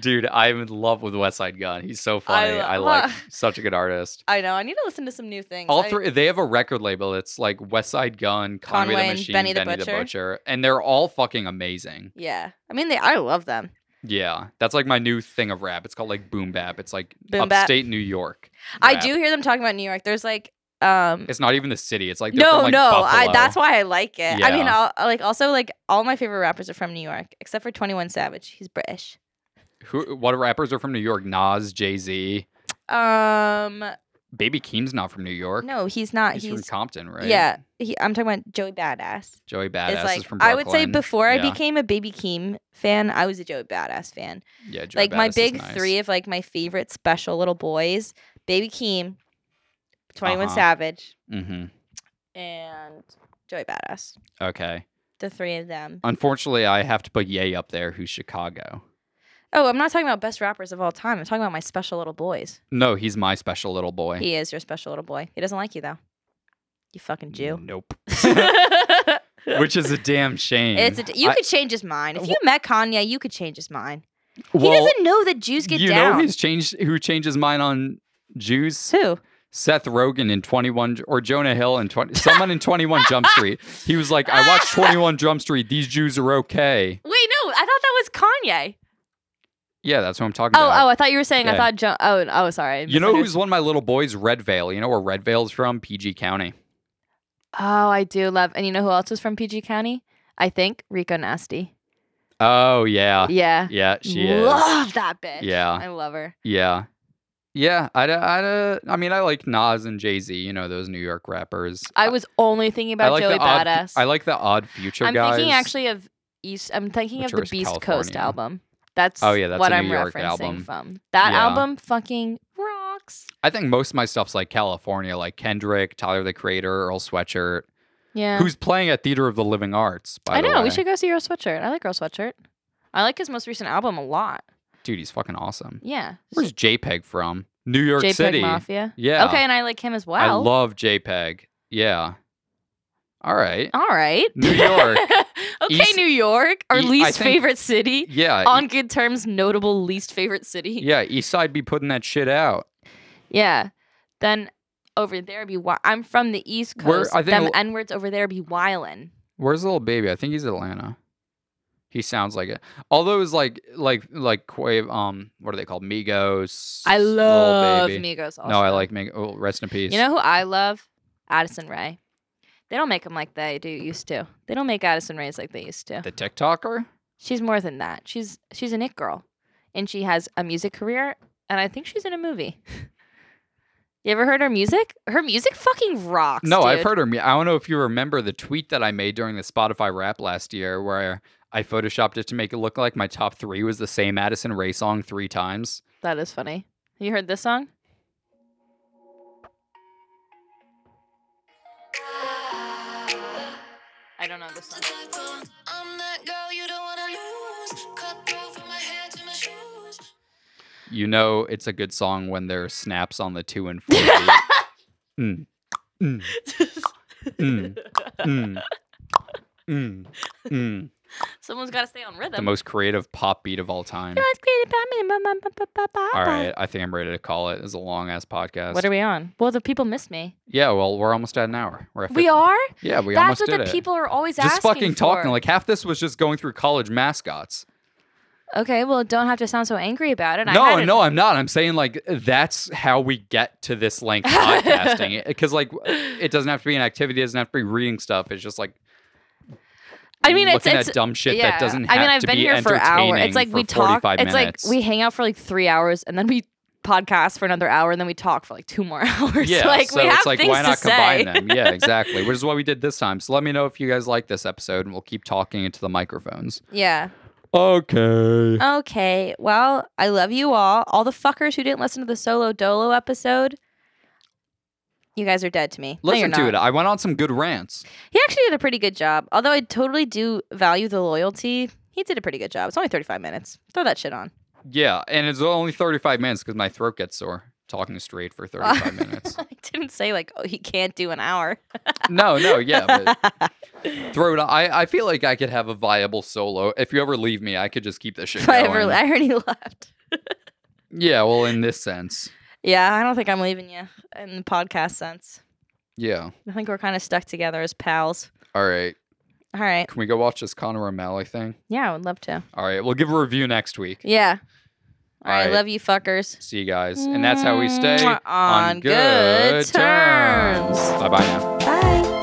[SPEAKER 2] Dude, I'm in love with West Side Gun. He's so funny.
[SPEAKER 1] lo-
[SPEAKER 2] I, like
[SPEAKER 1] Huh.
[SPEAKER 2] such a good artist.
[SPEAKER 1] I know. I need to listen to some new things.
[SPEAKER 2] All
[SPEAKER 1] I-
[SPEAKER 2] three, they have a record label. It's like West Side Gun, Conway,
[SPEAKER 1] Conway
[SPEAKER 2] the
[SPEAKER 1] and
[SPEAKER 2] Machine,
[SPEAKER 1] Benny
[SPEAKER 2] Benny,
[SPEAKER 1] the
[SPEAKER 2] the,
[SPEAKER 1] Butcher.
[SPEAKER 2] Butcher, and they're all fucking amazing.
[SPEAKER 1] yeah, I mean, they. I love them.
[SPEAKER 2] Yeah, that's like my new thing of rap. It's called like boom bap. It's like
[SPEAKER 1] Boom bap.
[SPEAKER 2] upstate New York.
[SPEAKER 1] I
[SPEAKER 2] rap.
[SPEAKER 1] do hear them talking about New York. There's like, um,
[SPEAKER 2] It's not even the city. It's like they're
[SPEAKER 1] no,
[SPEAKER 2] from, like,
[SPEAKER 1] no. I,
[SPEAKER 2] Buffalo.
[SPEAKER 1] that's why I like it. I mean,
[SPEAKER 2] Yeah.
[SPEAKER 1] all, like also like all my favorite rappers are from New York, except for Twenty One Savage. He's British.
[SPEAKER 2] Who, what rappers are from New York? Nas, Jay Z.
[SPEAKER 1] Um,
[SPEAKER 2] Baby Keem's not from New York.
[SPEAKER 1] no, he's not.
[SPEAKER 2] he's,
[SPEAKER 1] He's,
[SPEAKER 2] from Compton, right?
[SPEAKER 1] yeah. He, I'm talking about Joey Badass.
[SPEAKER 2] Joey
[SPEAKER 1] Is
[SPEAKER 2] Badass
[SPEAKER 1] like
[SPEAKER 2] is from
[SPEAKER 1] I would say
[SPEAKER 2] Brooklyn.
[SPEAKER 1] before I
[SPEAKER 2] Yeah.
[SPEAKER 1] became a Baby Keem fan, I was a Joey Badass fan.
[SPEAKER 2] yeah, Joey
[SPEAKER 1] like my
[SPEAKER 2] Badass is
[SPEAKER 1] big
[SPEAKER 2] nice.
[SPEAKER 1] three of like my favorite special little boys: Baby Keem, Twenty One
[SPEAKER 2] Uh-huh.
[SPEAKER 1] Savage,
[SPEAKER 2] Mhm.
[SPEAKER 1] and Joey Badass.
[SPEAKER 2] Okay.
[SPEAKER 1] The three of them.
[SPEAKER 2] Unfortunately, I have to put Ye up there, who's Chicago.
[SPEAKER 1] Oh, I'm not talking about best rappers of all time. I'm talking about my special little boys.
[SPEAKER 2] No, he's my special little boy.
[SPEAKER 1] He is your special little boy. He doesn't like you though. You fucking Jew.
[SPEAKER 2] Nope.
[SPEAKER 1] it's
[SPEAKER 2] Which is a damn shame.
[SPEAKER 1] a, d- you
[SPEAKER 2] Mm. I-
[SPEAKER 1] could change his mind. If you met Kanye, you could change his mind.
[SPEAKER 2] well,
[SPEAKER 1] he doesn't know that Jews get
[SPEAKER 2] you
[SPEAKER 1] down.
[SPEAKER 2] know who's changed who changes mine on Jews?
[SPEAKER 1] Who?
[SPEAKER 2] Seth Rogen in 21 J- or Jonah Hill in 20 someone in 21 Jump Street. He was like, "I watched 21 Jump Street. These Jews are okay."
[SPEAKER 1] Wait, no, I thought that was Kanye.
[SPEAKER 2] Yeah, that's what I'm talking
[SPEAKER 1] Oh,
[SPEAKER 2] about.
[SPEAKER 1] oh, I thought you were saying I
[SPEAKER 2] Yeah.
[SPEAKER 1] thought John. Oh, oh, sorry. I
[SPEAKER 2] You know
[SPEAKER 1] misunderstood.
[SPEAKER 2] who's one of my little boys? Red Vale. You know where Red Vale's from? PG County.
[SPEAKER 1] Oh, I do love. And you know who else was from PG County? I think Rico Nasty.
[SPEAKER 2] Oh yeah,
[SPEAKER 1] Yeah.
[SPEAKER 2] yeah, she is.
[SPEAKER 1] love that bitch.
[SPEAKER 2] Yeah.
[SPEAKER 1] I love her.
[SPEAKER 2] Yeah, yeah. I, d- I, d- I mean, I like Nas and Jay Z. You know those New York rappers.
[SPEAKER 1] I was only thinking about
[SPEAKER 2] like
[SPEAKER 1] Joey
[SPEAKER 2] the odd,
[SPEAKER 1] Badass.
[SPEAKER 2] I like the Odd Future
[SPEAKER 1] I'm
[SPEAKER 2] guys.
[SPEAKER 1] thinking actually of East. I'm thinking of
[SPEAKER 2] which
[SPEAKER 1] the
[SPEAKER 2] are s-
[SPEAKER 1] Beast Coast
[SPEAKER 2] California.
[SPEAKER 1] album. That's
[SPEAKER 2] Oh, yeah, that's
[SPEAKER 1] what
[SPEAKER 2] a
[SPEAKER 1] I'm
[SPEAKER 2] New York
[SPEAKER 1] referencing
[SPEAKER 2] album.
[SPEAKER 1] from. That
[SPEAKER 2] Yeah.
[SPEAKER 1] album fucking rocks.
[SPEAKER 2] I think most of my stuff's like California, like Kendrick, Tyler the Creator, Earl Sweatshirt,
[SPEAKER 1] Yeah,
[SPEAKER 2] who's playing at Theater of the Living Arts. By
[SPEAKER 1] I
[SPEAKER 2] the
[SPEAKER 1] know.
[SPEAKER 2] way.
[SPEAKER 1] We should go see Earl Sweatshirt. I like Earl Sweatshirt. I like his most recent album a lot.
[SPEAKER 2] Dude, he's fucking awesome.
[SPEAKER 1] Yeah,
[SPEAKER 2] Where's JPEG from? New York
[SPEAKER 1] JPEG
[SPEAKER 2] City.
[SPEAKER 1] Mafia.
[SPEAKER 2] Yeah.
[SPEAKER 1] Okay, and I like him as
[SPEAKER 2] I
[SPEAKER 1] well.
[SPEAKER 2] love JPEG. Yeah. All right.
[SPEAKER 1] All right,
[SPEAKER 2] New York.
[SPEAKER 1] okay,
[SPEAKER 2] East-
[SPEAKER 1] New York, our
[SPEAKER 2] E- I
[SPEAKER 1] least
[SPEAKER 2] think-
[SPEAKER 1] favorite city.
[SPEAKER 2] Yeah. E
[SPEAKER 1] On good terms, notable least favorite city.
[SPEAKER 2] Yeah, Eastside be putting that shit out.
[SPEAKER 1] Yeah. Then over there be wi- I'm from the East
[SPEAKER 2] We're-
[SPEAKER 1] Coast.
[SPEAKER 2] I think
[SPEAKER 1] Them
[SPEAKER 2] l-
[SPEAKER 1] N words over there be wildin'.
[SPEAKER 2] Where's the little baby? I think he's Atlanta. He sounds like it. Although it's like like like Quave. Um, what are they called? Migos.
[SPEAKER 1] I
[SPEAKER 2] Lil
[SPEAKER 1] love
[SPEAKER 2] Baby.
[SPEAKER 1] Migos. Also.
[SPEAKER 2] No, I like Migos. Oh, rest in peace.
[SPEAKER 1] You know who I love? Addison Ray. They don't make them like they do used to. They don't make Addison Rays like they used to.
[SPEAKER 2] the TikToker.
[SPEAKER 1] She's more than that. She's she's an it girl, and she has a music career, and I think she's in a movie. you ever heard her music? Her music fucking rocks.
[SPEAKER 2] No, I've
[SPEAKER 1] dude.
[SPEAKER 2] heard her. mu- I don't know if you remember the tweet that I made during the Spotify rap last year where I photoshopped it to make it look like my top three was the same Addison Ray song three times.
[SPEAKER 1] That is funny. You heard this song? I don't know this song.
[SPEAKER 2] You know it's a good song when there are snaps on the two and four. beat. Mm, mm, Mm. mm, mm, mm.
[SPEAKER 1] Someone's got to stay on rhythm.
[SPEAKER 2] The most creative pop beat of all time.
[SPEAKER 1] It was created by me, ba- ba- ba- ba- ba-
[SPEAKER 2] All
[SPEAKER 1] ba.
[SPEAKER 2] right, I think I'm ready to call it. It's a long ass podcast.
[SPEAKER 1] What are we on? Well, the people miss me.
[SPEAKER 2] Yeah, well, we're almost at an hour. We're at
[SPEAKER 1] We
[SPEAKER 2] 50
[SPEAKER 1] are.
[SPEAKER 2] Yeah, we
[SPEAKER 1] That's
[SPEAKER 2] almost
[SPEAKER 1] what
[SPEAKER 2] did
[SPEAKER 1] the
[SPEAKER 2] it.
[SPEAKER 1] people are always
[SPEAKER 2] just
[SPEAKER 1] asking
[SPEAKER 2] fucking talking.
[SPEAKER 1] for.
[SPEAKER 2] Like half this was just going through college mascots.
[SPEAKER 1] Okay, well, don't have to sound so angry about it. I
[SPEAKER 2] no,
[SPEAKER 1] had it-
[SPEAKER 2] no, I'm not. I'm saying like that's how we get to this length podcasting because like it doesn't have to be an activity. It doesn't have to be reading stuff. It's just like
[SPEAKER 1] I mean, it's
[SPEAKER 2] looking
[SPEAKER 1] it's
[SPEAKER 2] at dumb shit
[SPEAKER 1] yeah.
[SPEAKER 2] that doesn't. Have
[SPEAKER 1] I mean, I've
[SPEAKER 2] to
[SPEAKER 1] been
[SPEAKER 2] be
[SPEAKER 1] here for hour.
[SPEAKER 2] entertaining
[SPEAKER 1] It's like
[SPEAKER 2] for
[SPEAKER 1] we talk.
[SPEAKER 2] 45
[SPEAKER 1] It's like
[SPEAKER 2] minutes.
[SPEAKER 1] we hang out for like three hours and then we podcast for another hour and then we talk for like two more hours.
[SPEAKER 2] Yeah,
[SPEAKER 1] like
[SPEAKER 2] so
[SPEAKER 1] we have
[SPEAKER 2] it's like
[SPEAKER 1] things
[SPEAKER 2] why not
[SPEAKER 1] to
[SPEAKER 2] combine
[SPEAKER 1] say.
[SPEAKER 2] them? Yeah, exactly. Which is what we did this time. So let me know if you guys like this episode, and we'll keep talking into the microphones.
[SPEAKER 1] yeah.
[SPEAKER 2] Okay.
[SPEAKER 1] Okay. Well, I love you all. All the fuckers who didn't listen to the solo dolo episode. You guys are dead to me. no, you're
[SPEAKER 2] Listen
[SPEAKER 1] not.
[SPEAKER 2] to it. I went on some good rants.
[SPEAKER 1] He actually did a pretty good job. Although I totally do value the loyalty, he did a pretty good job. It's only 35 minutes. Throw that shit on.
[SPEAKER 2] Yeah, and it's only 35 minutes because my throat gets sore talking straight for 35 minutes.
[SPEAKER 1] I didn't say, like, oh, he can't do an hour.
[SPEAKER 2] No, no, yeah, but throat. I I feel like I could have a viable solo. If you ever leave me, I could just keep this shit
[SPEAKER 1] If I, ever,
[SPEAKER 2] going.
[SPEAKER 1] I already left.
[SPEAKER 2] Yeah, well, in this sense,
[SPEAKER 1] Yeah, I don't think I'm leaving you in the podcast sense.
[SPEAKER 2] yeah.
[SPEAKER 1] I think we're kind of stuck together as pals.
[SPEAKER 2] All right,
[SPEAKER 1] All right.
[SPEAKER 2] can we go watch this Connor O'Malley thing?
[SPEAKER 1] Yeah, I would love to.
[SPEAKER 2] All right, we'll give a review next week.
[SPEAKER 1] Yeah. All right.
[SPEAKER 2] Alright.
[SPEAKER 1] Love you fuckers.
[SPEAKER 2] See you guys, and that's how we stay
[SPEAKER 1] Mwah. on, good, terms.
[SPEAKER 2] Bye bye now.
[SPEAKER 1] Bye.